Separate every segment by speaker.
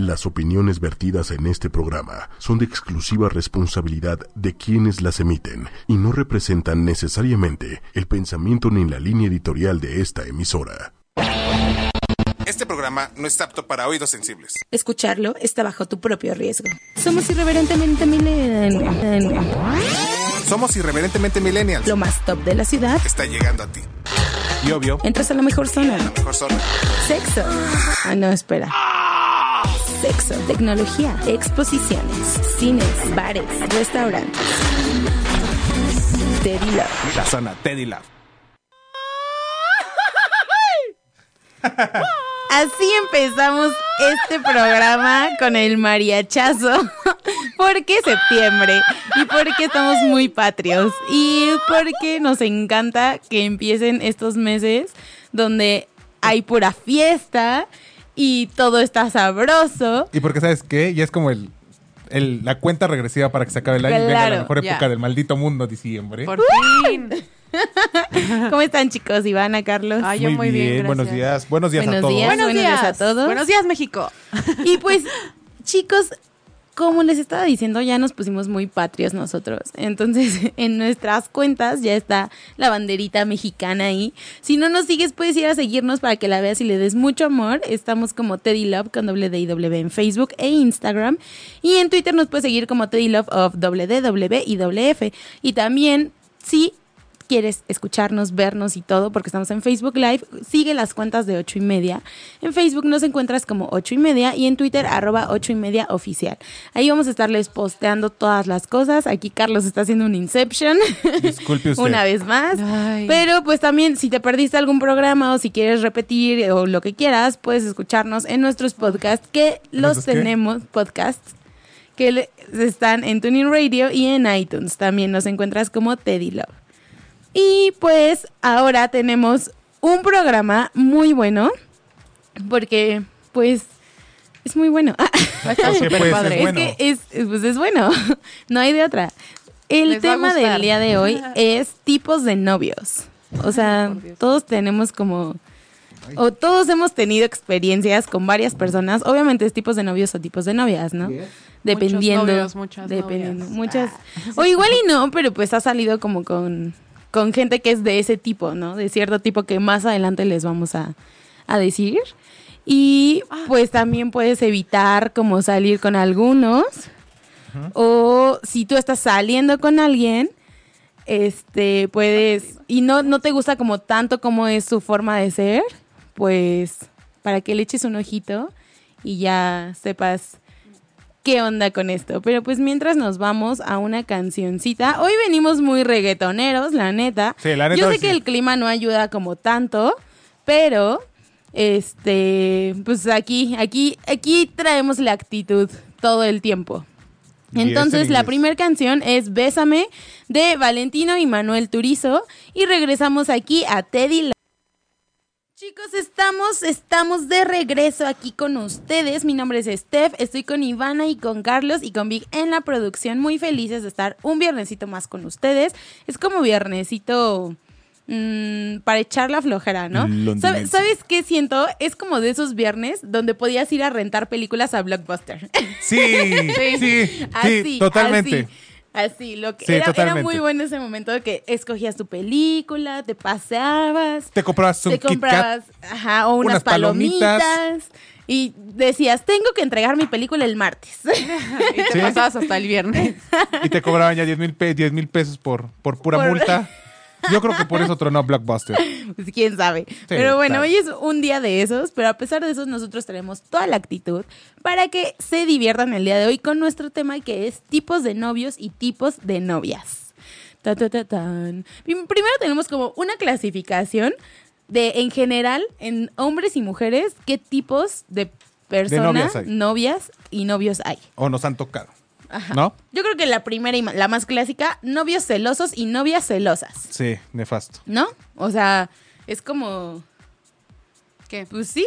Speaker 1: Las opiniones vertidas en este programa son de exclusiva responsabilidad de quienes las emiten y no representan necesariamente el pensamiento ni la línea editorial de esta emisora.
Speaker 2: Este programa no es apto para oídos sensibles.
Speaker 3: Escucharlo está bajo tu propio riesgo. Somos irreverentemente millennial.
Speaker 2: Somos irreverentemente millennials.
Speaker 3: Lo más top de la ciudad.
Speaker 2: Está llegando a ti. Y obvio,
Speaker 3: Entras a la mejor zona.
Speaker 2: la mejor zona.
Speaker 3: Sexo. Ah, no, espera. Sexo, tecnología, exposiciones, cines, bares, restaurantes. Te digo.
Speaker 2: La zona Teddy Love.
Speaker 4: Así empezamos este programa con el mariachazo. Porque es septiembre y porque estamos muy patrios y porque nos encanta que empiecen estos meses donde hay pura fiesta y todo está sabroso.
Speaker 5: Y porque, ¿sabes qué? Ya es como el, el- la cuenta regresiva para que se acabe el año y venga
Speaker 4: Claro,
Speaker 5: la mejor
Speaker 6: ya.
Speaker 5: época del maldito mundo, diciembre.
Speaker 6: Por fin.
Speaker 4: ¿Cómo están chicos? Ivana, Carlos.
Speaker 6: Ay, yo muy bien, gracias.
Speaker 5: buenos días. Buenos días
Speaker 4: Buenos
Speaker 5: a todos.
Speaker 4: días.
Speaker 6: Buenos,
Speaker 4: Buenos
Speaker 6: días.
Speaker 4: días a todos.
Speaker 6: Buenos días, México.
Speaker 4: Y pues, chicos, como les estaba diciendo, ya nos pusimos muy patrios nosotros. Entonces, en nuestras cuentas ya está la banderita mexicana ahí. Si no nos sigues, puedes ir a seguirnos para que la veas y le des mucho amor. Estamos como Teddy Love con doble D y doble B en Facebook e Instagram. Y en Twitter nos puedes seguir como Teddy Love of doble D, doble B y doble F. Y también, sí, quieres escucharnos, vernos y todo, porque estamos en Facebook Live, sigue las cuentas de ocho y media. En Facebook nos encuentras como ocho y media y en Twitter arroba ocho y media oficial. Ahí vamos a estarles posteando todas las cosas. Aquí Carlos está haciendo un Inception.
Speaker 5: Disculpe usted.
Speaker 4: Una vez más.
Speaker 6: Ay.
Speaker 4: Pero pues también si te perdiste algún programa o si quieres repetir o lo que quieras, puedes escucharnos en nuestros podcasts que los
Speaker 5: nuestros qué?
Speaker 4: tenemos, podcasts que le- están en Tuning Radio y en iTunes. También nos encuentras como Teddy Love. Y pues ahora tenemos un programa muy bueno porque pues es muy bueno. Ah,
Speaker 6: Está
Speaker 5: Sí,
Speaker 6: súper
Speaker 5: pues, es
Speaker 6: padre.
Speaker 5: bueno.
Speaker 4: es que es, es- pues es bueno, no hay de otra. El
Speaker 6: Les va a
Speaker 4: tema
Speaker 6: gustar.
Speaker 4: del día de hoy es tipos de novios. O sea,
Speaker 6: Por Dios.
Speaker 4: todos tenemos como... O todos hemos tenido experiencias con varias personas. Obviamente es tipos de novios o tipos de novias, ¿no? Dependiendo.
Speaker 6: Muchos novios, muchas
Speaker 4: dependiendo.
Speaker 6: novias. Ah.
Speaker 4: Muchas. O igual y no, pero pues ha salido como con, con gente que es de ese tipo, ¿no? De cierto tipo que más adelante les vamos a, a decir. Y
Speaker 6: Ah.
Speaker 4: pues también puedes evitar como salir con algunos. O si tú estás saliendo con alguien, este, puedes, y no, no te gusta como tanto como es su forma de ser, pues para que le eches un ojito y ya sepas qué onda con esto. Pero pues mientras nos vamos a una cancioncita, hoy venimos muy reggaetoneros, la neta.
Speaker 5: Sí, la neta
Speaker 4: Yo sé
Speaker 5: hoy sí.
Speaker 4: que el clima no ayuda como tanto, pero este, pues aquí, aquí, aquí traemos la actitud todo el tiempo.
Speaker 5: Y este es
Speaker 4: Entonces,
Speaker 5: en
Speaker 4: la
Speaker 5: inglés.
Speaker 4: primera canción es Bésame de Valentino y Manuel Turizo. Y regresamos aquí a Teddy. La- Chicos, estamos, estamos de regreso aquí con ustedes. Mi nombre es Steph, estoy con Ivana y con Carlos y con Vic en la producción. Muy felices de estar un viernesito más con ustedes. Es como viernesito mm, para echar la flojera, ¿no?
Speaker 5: Mm, Londinense.
Speaker 4: ¿Sabe- ¿Sabes qué siento? Es como de esos viernes donde podías ir a rentar películas a Blockbuster.
Speaker 5: Sí, sí, sí,
Speaker 4: Así,
Speaker 5: totalmente.
Speaker 4: Así. Así, lo que
Speaker 5: Sí,
Speaker 4: era, era
Speaker 5: totalmente.
Speaker 4: muy bueno ese momento de que escogías tu película, te paseabas,
Speaker 5: Te comprabas un
Speaker 4: te
Speaker 5: Kit Kat.
Speaker 4: comprabas ajá, o unas,
Speaker 5: unas
Speaker 4: palomitas,
Speaker 5: palomitas.
Speaker 4: y decías, tengo que entregar mi película el martes.
Speaker 6: Y te
Speaker 5: Sí.
Speaker 6: pasabas hasta el viernes.
Speaker 5: y te cobraban ya 10 mil pe- 10 mil pesos por, por pura
Speaker 4: Por-
Speaker 5: multa. Yo creo que por eso tronó Blockbuster.
Speaker 4: Pues, quién sabe. pero bueno,
Speaker 5: claro.
Speaker 4: hoy es un día de esos, pero a pesar de eso nosotros tenemos toda la actitud para que se diviertan el día de hoy con nuestro tema que es tipos de novios y tipos de novias. Ta, ta, ta, tan. Prim- Primero tenemos como una clasificación de en general en hombres y mujeres qué tipos de personas,
Speaker 5: novias hay.
Speaker 4: novias y novios hay.
Speaker 5: O nos han tocado. ¿No?
Speaker 4: Yo creo que la primera y ma- la más clásica, novios celosos y novias celosas.
Speaker 5: Sí, nefasto.
Speaker 4: ¿No? O sea, es como.
Speaker 6: ¿Qué?
Speaker 4: Pues sí.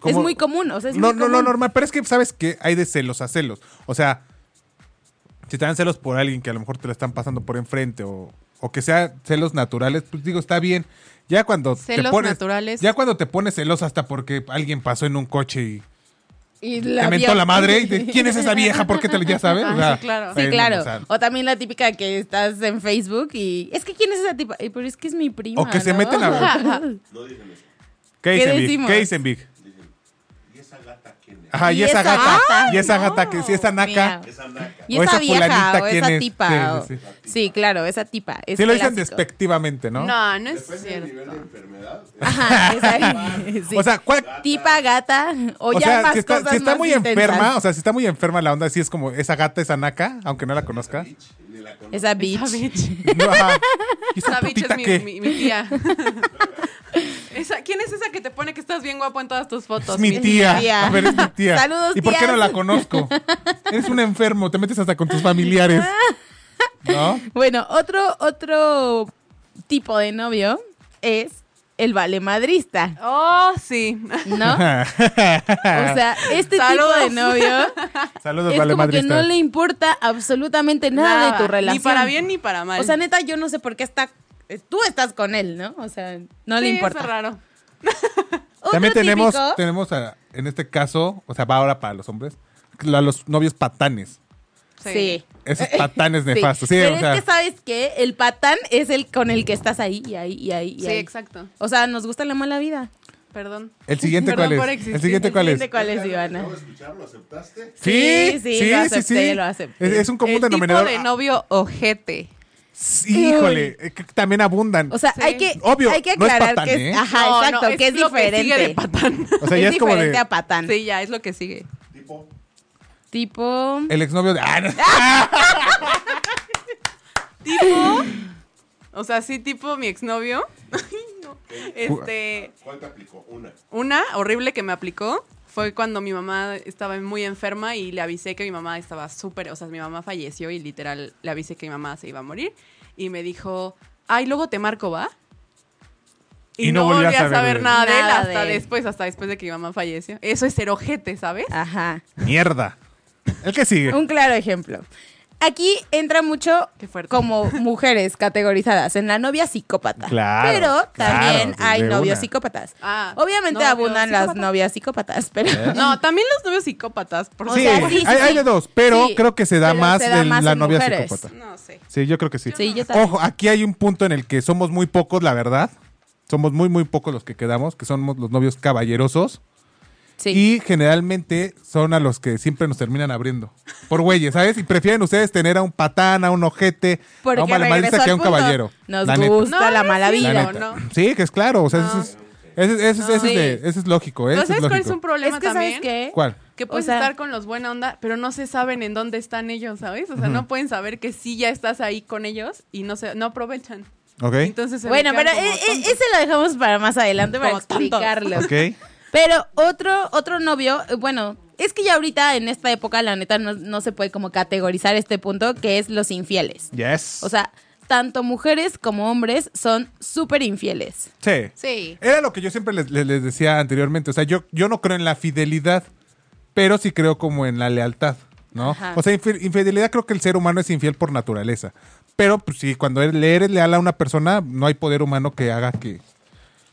Speaker 5: Como-
Speaker 4: Es muy común. O sea, es
Speaker 5: no,
Speaker 4: muy
Speaker 5: no, no,
Speaker 4: común.
Speaker 5: normal. Pero es que sabes que hay de celos a celos. O sea, si te dan celos por alguien que a lo mejor te la están pasando por enfrente o, o que sea celos naturales, pues digo, está bien. Ya cuando te
Speaker 6: Celos
Speaker 5: pones.
Speaker 6: naturales.
Speaker 5: Ya cuando te pones celos hasta porque alguien pasó en un coche y.
Speaker 4: Y
Speaker 5: Te mentó la madre y te- ¿quién es esa vieja? ¿Por qué te lo ya sabes? O sea,
Speaker 6: sí, claro.
Speaker 4: Ah, Sí,
Speaker 5: eh,
Speaker 4: claro.
Speaker 5: o sea,
Speaker 4: O también la típica que estás en Facebook y es que quién es esa tipa, Eh, pero es que es mi prima.
Speaker 5: O que se
Speaker 4: ¿no?
Speaker 5: meten a- ¿Qué dicen, Vic?
Speaker 4: decimos?
Speaker 5: ¿Qué dicen, Vic? Ajá, y esa gata. Y esa gata, que si esa naca.
Speaker 4: Mira. Y
Speaker 5: O
Speaker 4: esa
Speaker 5: esa
Speaker 4: vieja
Speaker 5: fulanita,
Speaker 4: o
Speaker 5: ¿quién
Speaker 4: esa
Speaker 5: es?
Speaker 4: tipa. o-
Speaker 5: Sí,
Speaker 4: Sí,
Speaker 5: sí,
Speaker 4: claro, esa tipa. es
Speaker 5: Sí lo dicen
Speaker 4: clásico.
Speaker 5: despectivamente, ¿no?
Speaker 6: No, no es cierto.
Speaker 4: Ajá, esa- sí.
Speaker 5: O sea, ¿cuál?
Speaker 4: tipa gata o,
Speaker 5: O
Speaker 4: ya
Speaker 5: sea,
Speaker 4: más
Speaker 5: si está,
Speaker 4: cosas
Speaker 5: si está
Speaker 4: más
Speaker 5: muy
Speaker 4: intensas.
Speaker 5: enferma, o sea, si está muy enferma la onda, si es como esa gata, esa naca, aunque no la conozca.
Speaker 4: esa bitch.
Speaker 6: Esa bitch.
Speaker 5: No, ajá. ¿Y esa
Speaker 6: Esa bitch
Speaker 5: putita
Speaker 6: es mi,
Speaker 5: qué?
Speaker 6: mi- mi tía. Esa- ¿Quién es esa que te pone que estás bien guapo en todas tus fotos?
Speaker 5: Es mi tía.
Speaker 4: tía.
Speaker 5: A ver, es mi tía.
Speaker 4: Saludos,
Speaker 5: ¿Y por qué
Speaker 4: tías.
Speaker 5: no la conozco? Eres un enfermo, te metes hasta con tus familiares. ¿No?
Speaker 4: Bueno, otro otro tipo de novio es el valemadrista,
Speaker 6: Oh, sí.
Speaker 4: ¿no? O sea, este
Speaker 6: Saludos.
Speaker 4: tipo de novio
Speaker 5: Saludos,
Speaker 4: es
Speaker 5: vale
Speaker 4: como que
Speaker 5: madrista.
Speaker 4: no le importa absolutamente nada, de tu relación.
Speaker 6: Ni para bien ni para mal.
Speaker 4: O sea, neta, yo no sé por qué está. eh, Tú estás con él, ¿no? O sea, no le
Speaker 6: Sí,
Speaker 4: importa.
Speaker 6: Es raro.
Speaker 4: Otro
Speaker 5: También tenemos,
Speaker 4: típico-
Speaker 5: tenemos a- en este caso, o sea, va ahora para los hombres, a los novios patanes.
Speaker 6: Sí.
Speaker 4: Sí.
Speaker 5: Esos patanes
Speaker 4: Sí.
Speaker 5: nefastos. Sí,
Speaker 4: Pero
Speaker 5: o
Speaker 4: es
Speaker 5: sea,
Speaker 4: que sabes que el patán es el con el que estás ahí y ahí y ahí. y
Speaker 6: Sí,
Speaker 4: ahí.
Speaker 6: exacto.
Speaker 4: O sea, nos gusta la mala vida.
Speaker 6: Perdón.
Speaker 5: ¿el siguiente cuál
Speaker 6: Perdón
Speaker 5: es?
Speaker 6: por
Speaker 5: ¿El
Speaker 6: existir.
Speaker 5: siguiente cuál es?
Speaker 4: ¿De cuál es, Ivana?
Speaker 5: Sí,
Speaker 4: Sí, sí, lo acepté, lo acepté.
Speaker 5: Es, es un común
Speaker 6: El tipo
Speaker 5: denominador. Ah,
Speaker 6: de novio ojete.
Speaker 5: Sí, Híjole, eh, que también abundan.
Speaker 4: O sea,
Speaker 6: Sí.
Speaker 4: hay que
Speaker 5: Obvio,
Speaker 4: hay que
Speaker 5: no es
Speaker 4: aclarar
Speaker 5: patán,
Speaker 4: que es, ah,
Speaker 5: ¿eh?
Speaker 4: ajá,
Speaker 6: No, no,
Speaker 4: exacto, que es
Speaker 6: lo
Speaker 4: diferente.
Speaker 6: sigue de patán.
Speaker 5: O sea, ya es, como
Speaker 4: diferente
Speaker 5: de
Speaker 4: a patán.
Speaker 6: Sí, ya, es lo que sigue.
Speaker 4: Tipo
Speaker 5: el exnovio de ah, no.
Speaker 6: Tipo. O sea, sí, tipo mi exnovio. Ay, no. Este.
Speaker 1: ¿Cuál te aplicó? Una.
Speaker 6: Una horrible que me aplicó fue cuando mi mamá estaba muy enferma y le avisé que mi mamá estaba súper, o sea, mi mamá falleció y literal le avisé que mi mamá se iba a morir y me dijo, ay, luego te marco, ¿va? Y, no, volví a saber,
Speaker 5: de-
Speaker 6: nada de él
Speaker 4: Nada
Speaker 6: hasta
Speaker 4: de él.
Speaker 6: después, hasta después de que mi mamá falleció. Eso es ser ojete, ¿sabes?
Speaker 4: Ajá.
Speaker 5: Mierda. El que sigue.
Speaker 4: Un claro ejemplo. Aquí entra mucho
Speaker 6: Qué fuerte.
Speaker 4: como mujeres categorizadas en la novia psicópata.
Speaker 5: Claro,
Speaker 4: Pero
Speaker 5: claro,
Speaker 4: también
Speaker 5: de
Speaker 4: hay novios
Speaker 5: una.
Speaker 4: psicópatas.
Speaker 6: Ah,
Speaker 4: Obviamente
Speaker 6: novio
Speaker 4: abundan las
Speaker 6: psicópata.
Speaker 4: novias psicópatas, pero
Speaker 5: ¿Eh?
Speaker 6: No, también los novios psicópatas, por
Speaker 4: O
Speaker 5: sí,
Speaker 4: sea, sí, sí,
Speaker 5: hay, hay
Speaker 4: sí.
Speaker 5: de dos, pero
Speaker 4: Sí,
Speaker 5: creo que se da
Speaker 4: pero
Speaker 5: más
Speaker 4: se da
Speaker 5: de
Speaker 4: más
Speaker 5: la
Speaker 4: en
Speaker 5: novia
Speaker 4: mujeres.
Speaker 5: psicópata.
Speaker 6: no sé.
Speaker 5: Sí, yo creo que sí.
Speaker 4: Sí, yo también.
Speaker 5: Ojo, aquí hay un punto en el que somos muy pocos, la verdad. Somos muy, muy pocos los que quedamos, que somos los novios caballerosos.
Speaker 4: sí.
Speaker 5: Y generalmente son a los que siempre nos terminan abriendo. Por güeyes, ¿sabes? Y prefieren ustedes tener a un patán, a un ojete, a
Speaker 4: Porque
Speaker 5: un malamadista
Speaker 4: regresó
Speaker 5: que a
Speaker 4: al
Speaker 5: un
Speaker 4: punto.
Speaker 5: caballero.
Speaker 4: Nos
Speaker 5: la neta.
Speaker 4: gusta Ah.
Speaker 6: No,
Speaker 4: la
Speaker 6: no,
Speaker 4: mala
Speaker 6: sí,
Speaker 5: La
Speaker 4: vida.
Speaker 6: no,
Speaker 5: neta.
Speaker 6: no.
Speaker 5: Sí, que es claro. O sea, eso es, eso es- eso es- eso es de- eso es lógico, ¿eh?
Speaker 6: ¿Pero
Speaker 5: Eso es
Speaker 6: sabes cuál es
Speaker 5: lógico.
Speaker 6: un problema
Speaker 4: Es que
Speaker 6: también?
Speaker 4: sabes qué?
Speaker 5: ¿Cuál?
Speaker 6: Que
Speaker 4: O
Speaker 6: puedes
Speaker 4: sea-
Speaker 6: estar con los buena onda, pero no se saben en dónde están ellos, ¿sabes? O sea, no pueden saber que sí ya estás ahí con ellos y no se no aprovechan.
Speaker 5: Ok.
Speaker 6: Entonces se
Speaker 4: Bueno,
Speaker 6: me
Speaker 4: pero
Speaker 6: quedan como
Speaker 4: eh, eh,
Speaker 6: tontos.
Speaker 4: ese lo dejamos para más adelante para
Speaker 6: Como tontos.
Speaker 4: explicarlo.
Speaker 5: Ok.
Speaker 4: Pero otro, otro novio, eh, bueno, es que ya ahorita en esta época, la neta, no, no se puede como categorizar este punto, que es los infieles.
Speaker 5: Yes.
Speaker 4: O sea, tanto mujeres como hombres son súper infieles.
Speaker 5: sí.
Speaker 6: Sí.
Speaker 5: Era lo que yo siempre les, les- les decía anteriormente. O sea, yo, yo no creo en la fidelidad, pero sí creo como en la lealtad, ¿no?
Speaker 4: Ajá.
Speaker 5: O sea, infi- infidelidad creo que el ser humano es infiel por naturaleza. Pero pues, sí, cuando eres- le eres leal a una persona, no hay poder humano que haga que,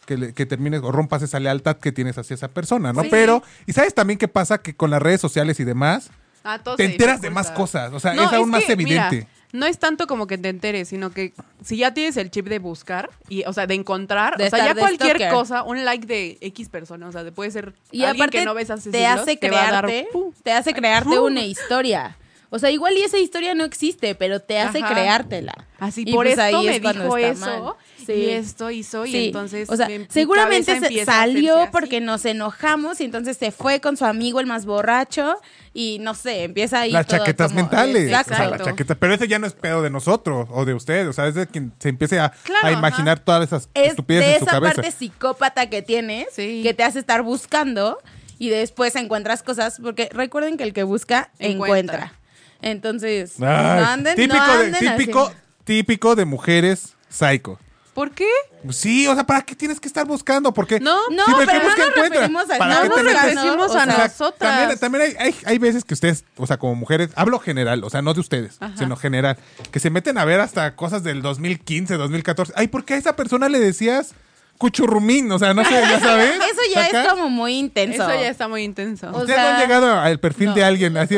Speaker 5: que, le- que termines o rompas esa lealtad que tienes hacia esa persona, ¿no?
Speaker 6: Sí.
Speaker 5: Pero, ¿y sabes también qué pasa? Que con las redes sociales y demás,
Speaker 6: Ah, todo
Speaker 5: te
Speaker 6: se
Speaker 5: enteras de
Speaker 6: dificulta.
Speaker 5: más cosas. O sea,
Speaker 6: No,
Speaker 5: es aún más
Speaker 6: que,
Speaker 5: evidente.
Speaker 6: mira, no es tanto como que te enteres, sino que si ya tienes el chip de buscar y o sea, de encontrar,
Speaker 4: De
Speaker 6: o sea, ya
Speaker 4: estar de
Speaker 6: cualquier
Speaker 4: stalker.
Speaker 6: cosa, un like de X persona, o sea, de- puede ser
Speaker 4: Y
Speaker 6: alguien
Speaker 4: aparte
Speaker 6: que no ves hace
Speaker 4: te hace
Speaker 6: siglos, te va a dar,
Speaker 4: crearte,
Speaker 6: ¡pum!
Speaker 4: te hace crearte
Speaker 6: ¡pum!
Speaker 4: una historia. O sea, igual y esa historia no existe, pero te hace
Speaker 6: Ajá.
Speaker 4: creártela.
Speaker 6: Así
Speaker 4: Y
Speaker 6: por
Speaker 4: pues
Speaker 6: esto
Speaker 4: ahí
Speaker 6: me
Speaker 4: es cuando
Speaker 6: dijo
Speaker 4: está
Speaker 6: eso
Speaker 4: mal. Sí.
Speaker 6: y esto hizo y
Speaker 4: Sí.
Speaker 6: entonces
Speaker 4: o sea,
Speaker 6: mi- mi
Speaker 4: seguramente
Speaker 6: cabeza
Speaker 4: se
Speaker 6: empieza a hacerse
Speaker 4: salió
Speaker 6: así.
Speaker 4: porque nos enojamos y entonces se fue con su amigo el más borracho y no sé, empieza ahí
Speaker 5: las
Speaker 4: todo
Speaker 5: chaquetas
Speaker 4: como-
Speaker 5: mentales.
Speaker 4: Exacto.
Speaker 5: O sea, la
Speaker 6: Exacto.
Speaker 5: chaqueta- pero eso ya no es pedo de nosotros o de ustedes. O sea, es de quien se empiece a,
Speaker 6: Claro,
Speaker 5: a imaginar todas esas
Speaker 4: es
Speaker 5: estupideces
Speaker 4: de
Speaker 5: en su
Speaker 4: esa
Speaker 5: cabeza.
Speaker 4: parte psicópata que tienes
Speaker 6: Sí.
Speaker 4: que te hace estar buscando y después encuentras cosas porque recuerden que el que busca encuentra.
Speaker 6: Encuentra.
Speaker 4: Entonces,
Speaker 5: Ay,
Speaker 4: no anden, no
Speaker 5: típico, de,
Speaker 4: anden así.
Speaker 5: típico, típico de mujeres psycho.
Speaker 6: ¿Por qué?
Speaker 5: Sí, o sea, ¿para qué tienes que estar buscando? Porque
Speaker 6: No,
Speaker 4: No,
Speaker 5: si busca,
Speaker 4: pero no nos
Speaker 5: encuentra.
Speaker 4: referimos a
Speaker 5: ¿Para
Speaker 4: no
Speaker 5: qué
Speaker 4: nos
Speaker 5: te metes?
Speaker 4: referimos a
Speaker 5: O sea,
Speaker 6: nosotras.
Speaker 5: También, también hay, hay, hay veces que ustedes, o sea, como mujeres, hablo general, o sea, no de ustedes, sino general, que se meten a ver hasta cosas del 2015, 2014. Ay, ¿por qué a esa persona le decías cuchurrumín, o sea, no sé, ya sabes.
Speaker 4: Eso ya
Speaker 5: Acá.
Speaker 4: es como muy intenso.
Speaker 6: Eso ya está muy intenso.
Speaker 4: O
Speaker 5: Ustedes
Speaker 4: sea,
Speaker 5: no han llegado al perfil de alguien. Así,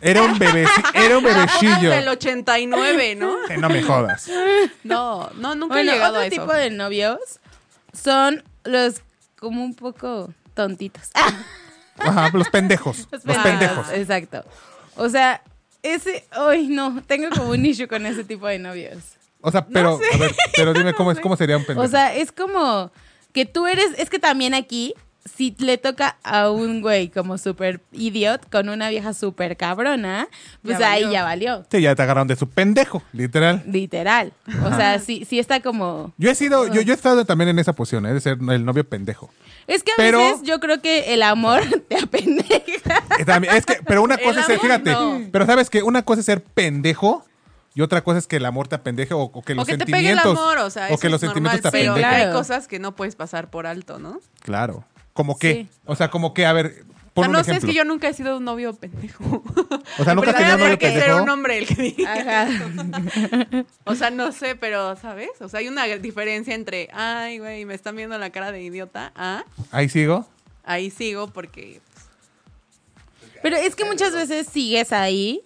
Speaker 5: Era un bebé, era un
Speaker 6: Tampoco
Speaker 5: bebecillo.
Speaker 6: es del 89, ¿no?
Speaker 5: Eh, No me jodas.
Speaker 6: No, no, nunca
Speaker 4: Bueno,
Speaker 6: he llegado
Speaker 4: otro
Speaker 6: a eso.
Speaker 4: tipo de novios son los como un poco tontitos.
Speaker 5: Ajá, los pendejos. Los
Speaker 6: Ah.
Speaker 5: pendejos.
Speaker 4: Exacto. O sea, ese, ay no, tengo como un issue con ese tipo de novios.
Speaker 5: O sea, pero, a ver, pero dime cómo es, cómo sería un pendejo.
Speaker 4: O sea, es como que tú eres, es que también aquí, si le toca a un güey como súper idiot con una vieja súper cabrona, pues
Speaker 6: Ya
Speaker 4: ahí
Speaker 6: valió.
Speaker 4: ya valió.
Speaker 5: Sí, ya te agarraron de su pendejo, literal.
Speaker 4: Literal. O sea, sí, sí está como.
Speaker 5: Yo he sido, yo, yo he estado también en esa posición, ¿eh? de ser el novio pendejo.
Speaker 4: Es que a
Speaker 5: Pero-
Speaker 4: veces yo creo que el amor te apendeja.
Speaker 5: Eh, también- Es que, pero una cosa es ser,
Speaker 6: amor,
Speaker 5: fíjate,
Speaker 6: no.
Speaker 5: pero sabes que una cosa es ser pendejo y otra cosa es que el amor te apendeje o, o que los
Speaker 6: o que te pegue el
Speaker 5: sentimientos.
Speaker 6: amor, o sea,
Speaker 5: o
Speaker 6: eso
Speaker 5: que los
Speaker 6: es normal,
Speaker 5: sentimientos te
Speaker 6: pero
Speaker 5: apendejen.
Speaker 4: Claro.
Speaker 6: hay cosas que no puedes pasar por alto, ¿no?
Speaker 5: Claro. ¿Como qué?
Speaker 4: Sí.
Speaker 5: O sea, como que, a ver, pon
Speaker 6: ah,
Speaker 5: un
Speaker 6: no sé, es
Speaker 5: ejemplo.
Speaker 6: que yo nunca he sido un novio pendejo.
Speaker 5: O sea, nunca has
Speaker 6: Pero
Speaker 5: tenido un novio
Speaker 6: tendría que ser
Speaker 5: pendejo.
Speaker 6: un hombre el que diga.
Speaker 4: Ajá.
Speaker 6: O sea, no sé, pero, ¿sabes? O sea, hay una diferencia entre, ay, güey, me están viendo la cara de idiota, ah,
Speaker 5: Ahí sigo.
Speaker 6: ahí sigo porque...
Speaker 4: Pero es que muchas veces sigues ahí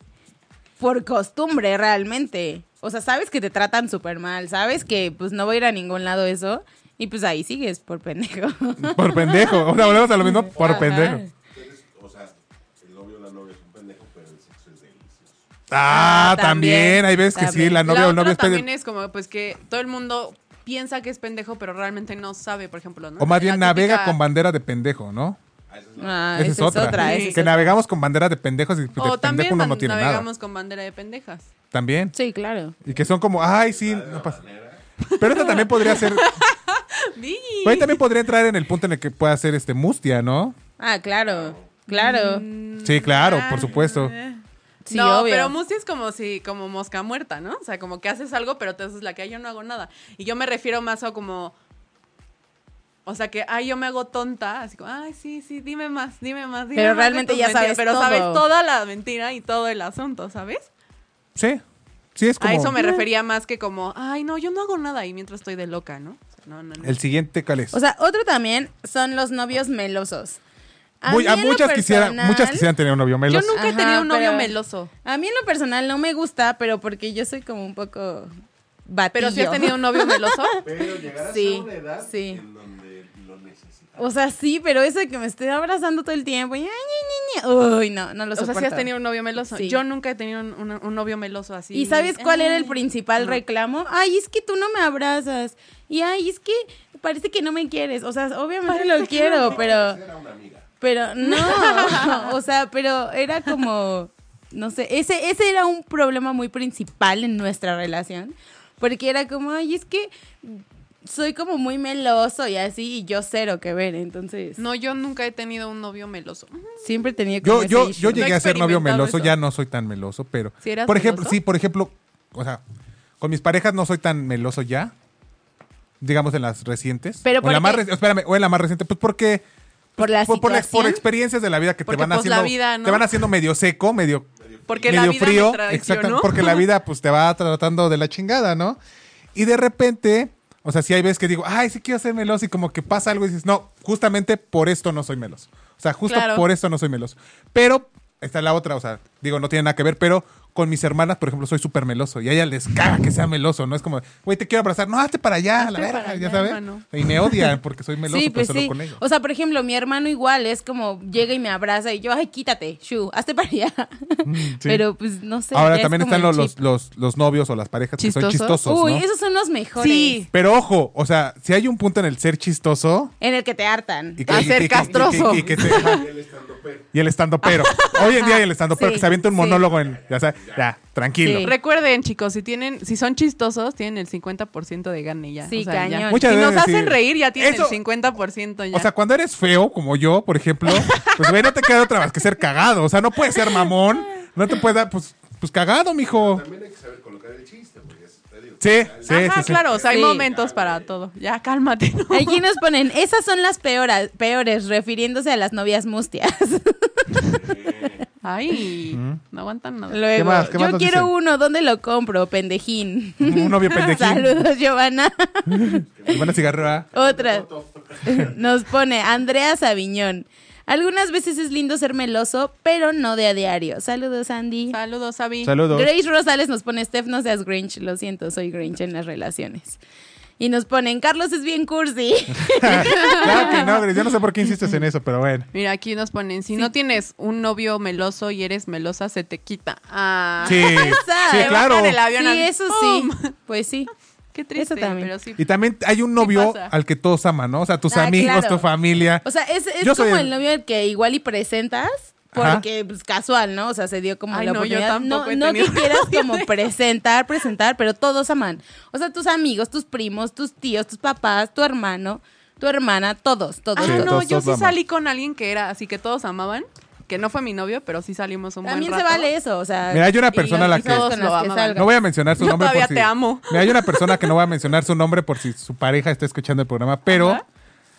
Speaker 4: por costumbre realmente. O sea, sabes que te tratan súper mal, sabes que pues no va a ir a ningún lado eso. Y pues ahí sigues por pendejo.
Speaker 5: Por pendejo. O sea, volvemos a lo mismo por pendejo. Ah,
Speaker 4: Ah,
Speaker 5: también.
Speaker 4: también,
Speaker 5: Hay veces que sí,
Speaker 4: también.
Speaker 5: la novia
Speaker 6: la
Speaker 5: o el novio
Speaker 6: otra
Speaker 5: es
Speaker 6: también
Speaker 5: pendejo.
Speaker 6: es como, pues, que todo el mundo piensa que es pendejo, pero realmente no sabe, por ejemplo, ¿no?
Speaker 5: O más bien
Speaker 6: La
Speaker 5: navega
Speaker 6: típica-
Speaker 5: con bandera de pendejo, ¿no?
Speaker 4: Ah,
Speaker 5: esa es otra.
Speaker 4: esa
Speaker 5: que
Speaker 4: es otra.
Speaker 5: navegamos con bandera de pendejos y de
Speaker 6: O
Speaker 5: pendejo
Speaker 6: también
Speaker 5: uno no
Speaker 6: man-
Speaker 5: tiene
Speaker 6: navegamos
Speaker 5: nada.
Speaker 6: con bandera de pendejas.
Speaker 5: También.
Speaker 4: Sí, claro.
Speaker 5: Y que son como, ay, sí, no pasa. Pero esta también podría ser. Pero ahí también podría entrar en el punto en el que pueda ser este mustia, ¿no?
Speaker 4: Ah, claro. Claro.
Speaker 5: Sí, claro, por supuesto.
Speaker 4: Sí,
Speaker 6: Mm, Eh, no,
Speaker 4: obvio.
Speaker 6: pero Musti es como si, como mosca muerta, ¿no? O sea, como que haces algo, pero te haces la que "Ay, yo no hago nada. Y yo me refiero más a como. O sea que, ay, yo me hago tonta, así como, ay, sí, sí, dime más, dime más, dime
Speaker 4: Pero
Speaker 6: más de
Speaker 4: realmente
Speaker 6: tus
Speaker 4: ya
Speaker 6: mentiras",
Speaker 4: sabes
Speaker 6: Pero
Speaker 4: todo.
Speaker 6: sabes toda la mentira y todo el asunto, ¿sabes?
Speaker 5: Sí. Sí, es como. "Mm".
Speaker 6: A eso me refería más que como, ay, no, yo no hago nada y mientras estoy de loca, ¿no? O sea, no, no, no.
Speaker 5: El siguiente, ¿cuál es?
Speaker 4: O sea, otro también son los novios melosos.
Speaker 5: Muy-
Speaker 4: mí
Speaker 5: a
Speaker 4: en lo
Speaker 5: muchas, quisieran,
Speaker 4: personal-
Speaker 5: muchas quisieran tener un novio
Speaker 6: yo
Speaker 5: melos.
Speaker 6: nunca he
Speaker 4: Ajá,
Speaker 6: tenido un novio
Speaker 4: pero-
Speaker 6: meloso.
Speaker 4: A mí en lo personal no me gusta, pero porque yo soy como un poco batillo.
Speaker 6: Pero si has tenido un novio meloso.
Speaker 4: sí, sí. O sea, sí, pero eso de que me esté abrazando todo el tiempo. y, "Ay, ni, ni, ni", Uy, no, no lo
Speaker 6: O sea,
Speaker 4: soporto.
Speaker 6: si has tenido un novio meloso.
Speaker 4: Sí.
Speaker 6: Yo nunca he tenido un, un- un novio meloso así. Mm.
Speaker 4: ¿Y sabes cuál era el
Speaker 6: Ay.
Speaker 4: principal reclamo? Ay, es que tú no me abrazas. Y ay, es que parece que no me quieres. O sea, obviamente lo quiero, pero. Pero no. o sea, pero era como. No sé. Ese, ese era un problema muy principal en nuestra relación. Porque era como, ay, es que soy como muy meloso y así, y yo cero que ver. Entonces,
Speaker 6: No, yo nunca he tenido un novio meloso.
Speaker 4: siempre tenía que
Speaker 5: Yo, yo, yo
Speaker 6: No he
Speaker 5: llegué a ser novio
Speaker 6: experimentado
Speaker 5: meloso,
Speaker 6: eso.
Speaker 5: ya no soy tan meloso, pero.
Speaker 6: ¿Sí eras
Speaker 5: por ejemplo,
Speaker 6: meloso?
Speaker 5: sí, por ejemplo, o sea, con mis parejas no soy tan meloso ya. Digamos en las recientes.
Speaker 4: Pero
Speaker 5: o en la
Speaker 4: porque-
Speaker 5: más reci- espérame, o en la más reciente, pues porque
Speaker 4: Por la
Speaker 5: por, por la- por
Speaker 4: situación.
Speaker 5: experiencias de la vida que te
Speaker 6: Porque,
Speaker 5: van
Speaker 6: pues,
Speaker 5: haciendo
Speaker 6: la vida, ¿no?
Speaker 5: te van haciendo medio seco, medio
Speaker 6: Porque la
Speaker 5: medio
Speaker 6: vida
Speaker 5: frío,
Speaker 6: me traicionó.
Speaker 5: exactamente, porque la vida pues te va tratando de la chingada, ¿no? Y de repente, o sea, si hay veces que digo, "Ay, sí quiero ser meloso" y como que pasa algo y dices, "No, justamente por esto no soy meloso." O sea, justo
Speaker 6: Claro.
Speaker 5: por esto no soy meloso. Pero está la otra, o sea, digo, no tiene nada que ver, pero con mis hermanas, por ejemplo, soy súper meloso y a ellas les caga que sea meloso, ¿no? Es como, güey, te quiero abrazar, no, hazte para allá, a la
Speaker 6: Hazte
Speaker 5: verga,
Speaker 6: para
Speaker 5: ya
Speaker 6: allá,
Speaker 5: sabes.
Speaker 6: hermano.
Speaker 5: Y me odian porque soy meloso,
Speaker 4: Sí,
Speaker 5: pero
Speaker 4: pues
Speaker 5: solo
Speaker 4: sí.
Speaker 5: con ellos.
Speaker 4: O sea, por ejemplo, mi hermano igual es como llega y me abraza y yo, ay, quítate, shu, hazte para allá.
Speaker 5: Mm, sí.
Speaker 4: Pero pues no sé.
Speaker 5: Ahora
Speaker 4: ya es
Speaker 5: también
Speaker 4: como
Speaker 5: están los,
Speaker 4: el
Speaker 5: los,
Speaker 4: chip.
Speaker 5: los- los novios o las parejas que son
Speaker 6: ¿Chistosos?
Speaker 5: chistosos,
Speaker 4: Uy,
Speaker 5: ¿no?
Speaker 4: esos son los mejores.
Speaker 6: Sí.
Speaker 5: Pero ojo, o sea, si hay un punto en el ser chistoso
Speaker 4: En el que te hartan.
Speaker 5: y
Speaker 6: A Ah, ser castroso.
Speaker 5: y que- y que- y que- y que te- y el estando pero. Hoy en día hay el estando pero
Speaker 4: Sí,
Speaker 5: que se avienta un
Speaker 4: sí.
Speaker 5: monólogo en ya sabes, ya, tranquilo.
Speaker 4: Sí.
Speaker 6: Recuerden, chicos, si tienen, si son chistosos, tienen el 50% de gane ya.
Speaker 4: Sí,
Speaker 6: o sea, ya.
Speaker 4: cañón.
Speaker 5: Muchas
Speaker 6: si nos
Speaker 5: veces
Speaker 6: hacen
Speaker 5: sí.
Speaker 6: reír, ya tienen
Speaker 5: Eso-
Speaker 6: el 50% ya.
Speaker 5: O sea, cuando eres feo como yo, por ejemplo, pues güey, no te queda otra más que ser cagado, o sea, no puedes ser mamón, no te puedes dar pues pues cagado, mijo. Sí, sí,
Speaker 6: Ajá,
Speaker 5: sí, sí.
Speaker 6: claro, o sea, hay
Speaker 4: Sí.
Speaker 6: momentos para todo. Ya, cálmate. ¿no?
Speaker 4: Aquí nos ponen, esas son las peoras, peores, refiriéndose a las novias mustias.
Speaker 6: Ay, no aguantan nada.
Speaker 4: Luego,
Speaker 5: más? ¿Qué más
Speaker 4: yo
Speaker 5: nos
Speaker 4: quiero
Speaker 5: dicen?
Speaker 4: uno, ¿dónde lo compro? Pendejín.
Speaker 5: Un novio pendejín.
Speaker 4: Saludos, Giovanna.
Speaker 5: Ivana Cigarroa.
Speaker 4: Otra. Nos pone Andrea Sabiñón. Algunas veces es lindo ser meloso, pero no de a diario. Saludos, Andy.
Speaker 6: Saludos, Abby.
Speaker 5: Saludos.
Speaker 4: Grace Rosales nos pone, Steph, no seas Grinch. Lo siento, soy Grinch en las relaciones. Y nos ponen, Carlos es bien cursi.
Speaker 5: claro que no, Grace. Yo no sé por qué insistes en eso, pero bueno.
Speaker 6: Mira, aquí nos ponen, si no tienes un novio meloso y eres melosa, se te quita. Ah,
Speaker 5: Sí, sí,
Speaker 4: Te
Speaker 5: claro.
Speaker 6: bajan el avión
Speaker 4: Sí,
Speaker 6: al-
Speaker 4: eso sí. Pues sí.
Speaker 6: qué triste,
Speaker 4: Eso también.
Speaker 6: pero sí.
Speaker 5: Y también hay un novio
Speaker 6: pasa.
Speaker 5: al que todos aman, ¿no? O sea, tus
Speaker 4: Ah,
Speaker 5: amigos,
Speaker 4: claro.
Speaker 5: tu familia.
Speaker 4: O sea, es, es
Speaker 5: Yo soy
Speaker 4: como
Speaker 5: el-
Speaker 4: el novio al que igual y presentas.
Speaker 5: Ajá.
Speaker 4: Porque pues, casual, ¿no? O sea, se dio como
Speaker 6: Ay,
Speaker 4: la
Speaker 6: no, yo
Speaker 4: oportunidad. No,
Speaker 6: tampoco he
Speaker 4: no que
Speaker 6: tenido
Speaker 4: quieras
Speaker 6: novio
Speaker 4: como
Speaker 6: de esos.
Speaker 4: presentar, presentar, pero todos aman. O sea, tus amigos, tus primos, tus tíos, tus papás, tu hermano, tu hermana, todos, todos.
Speaker 6: Ah,
Speaker 5: Sí,
Speaker 6: no,
Speaker 5: todos-
Speaker 6: yo
Speaker 5: todos
Speaker 6: sí
Speaker 5: aman.
Speaker 6: salí con alguien que era, así que todos amaban, que no fue mi novio, pero sí salimos un buen
Speaker 4: También se
Speaker 6: rato.
Speaker 4: vale eso, o sea.
Speaker 5: Mira, hay una
Speaker 4: y
Speaker 5: persona a la
Speaker 4: las
Speaker 5: que-
Speaker 4: personas con
Speaker 6: Todos lo
Speaker 4: las que
Speaker 6: amaban.
Speaker 4: salgas.
Speaker 5: No voy a mencionar su
Speaker 6: Yo
Speaker 5: nombre.
Speaker 6: todavía
Speaker 5: por si-
Speaker 6: te amo.
Speaker 5: Mira, hay una persona que no voy a mencionar su nombre por si su pareja está escuchando el programa, pero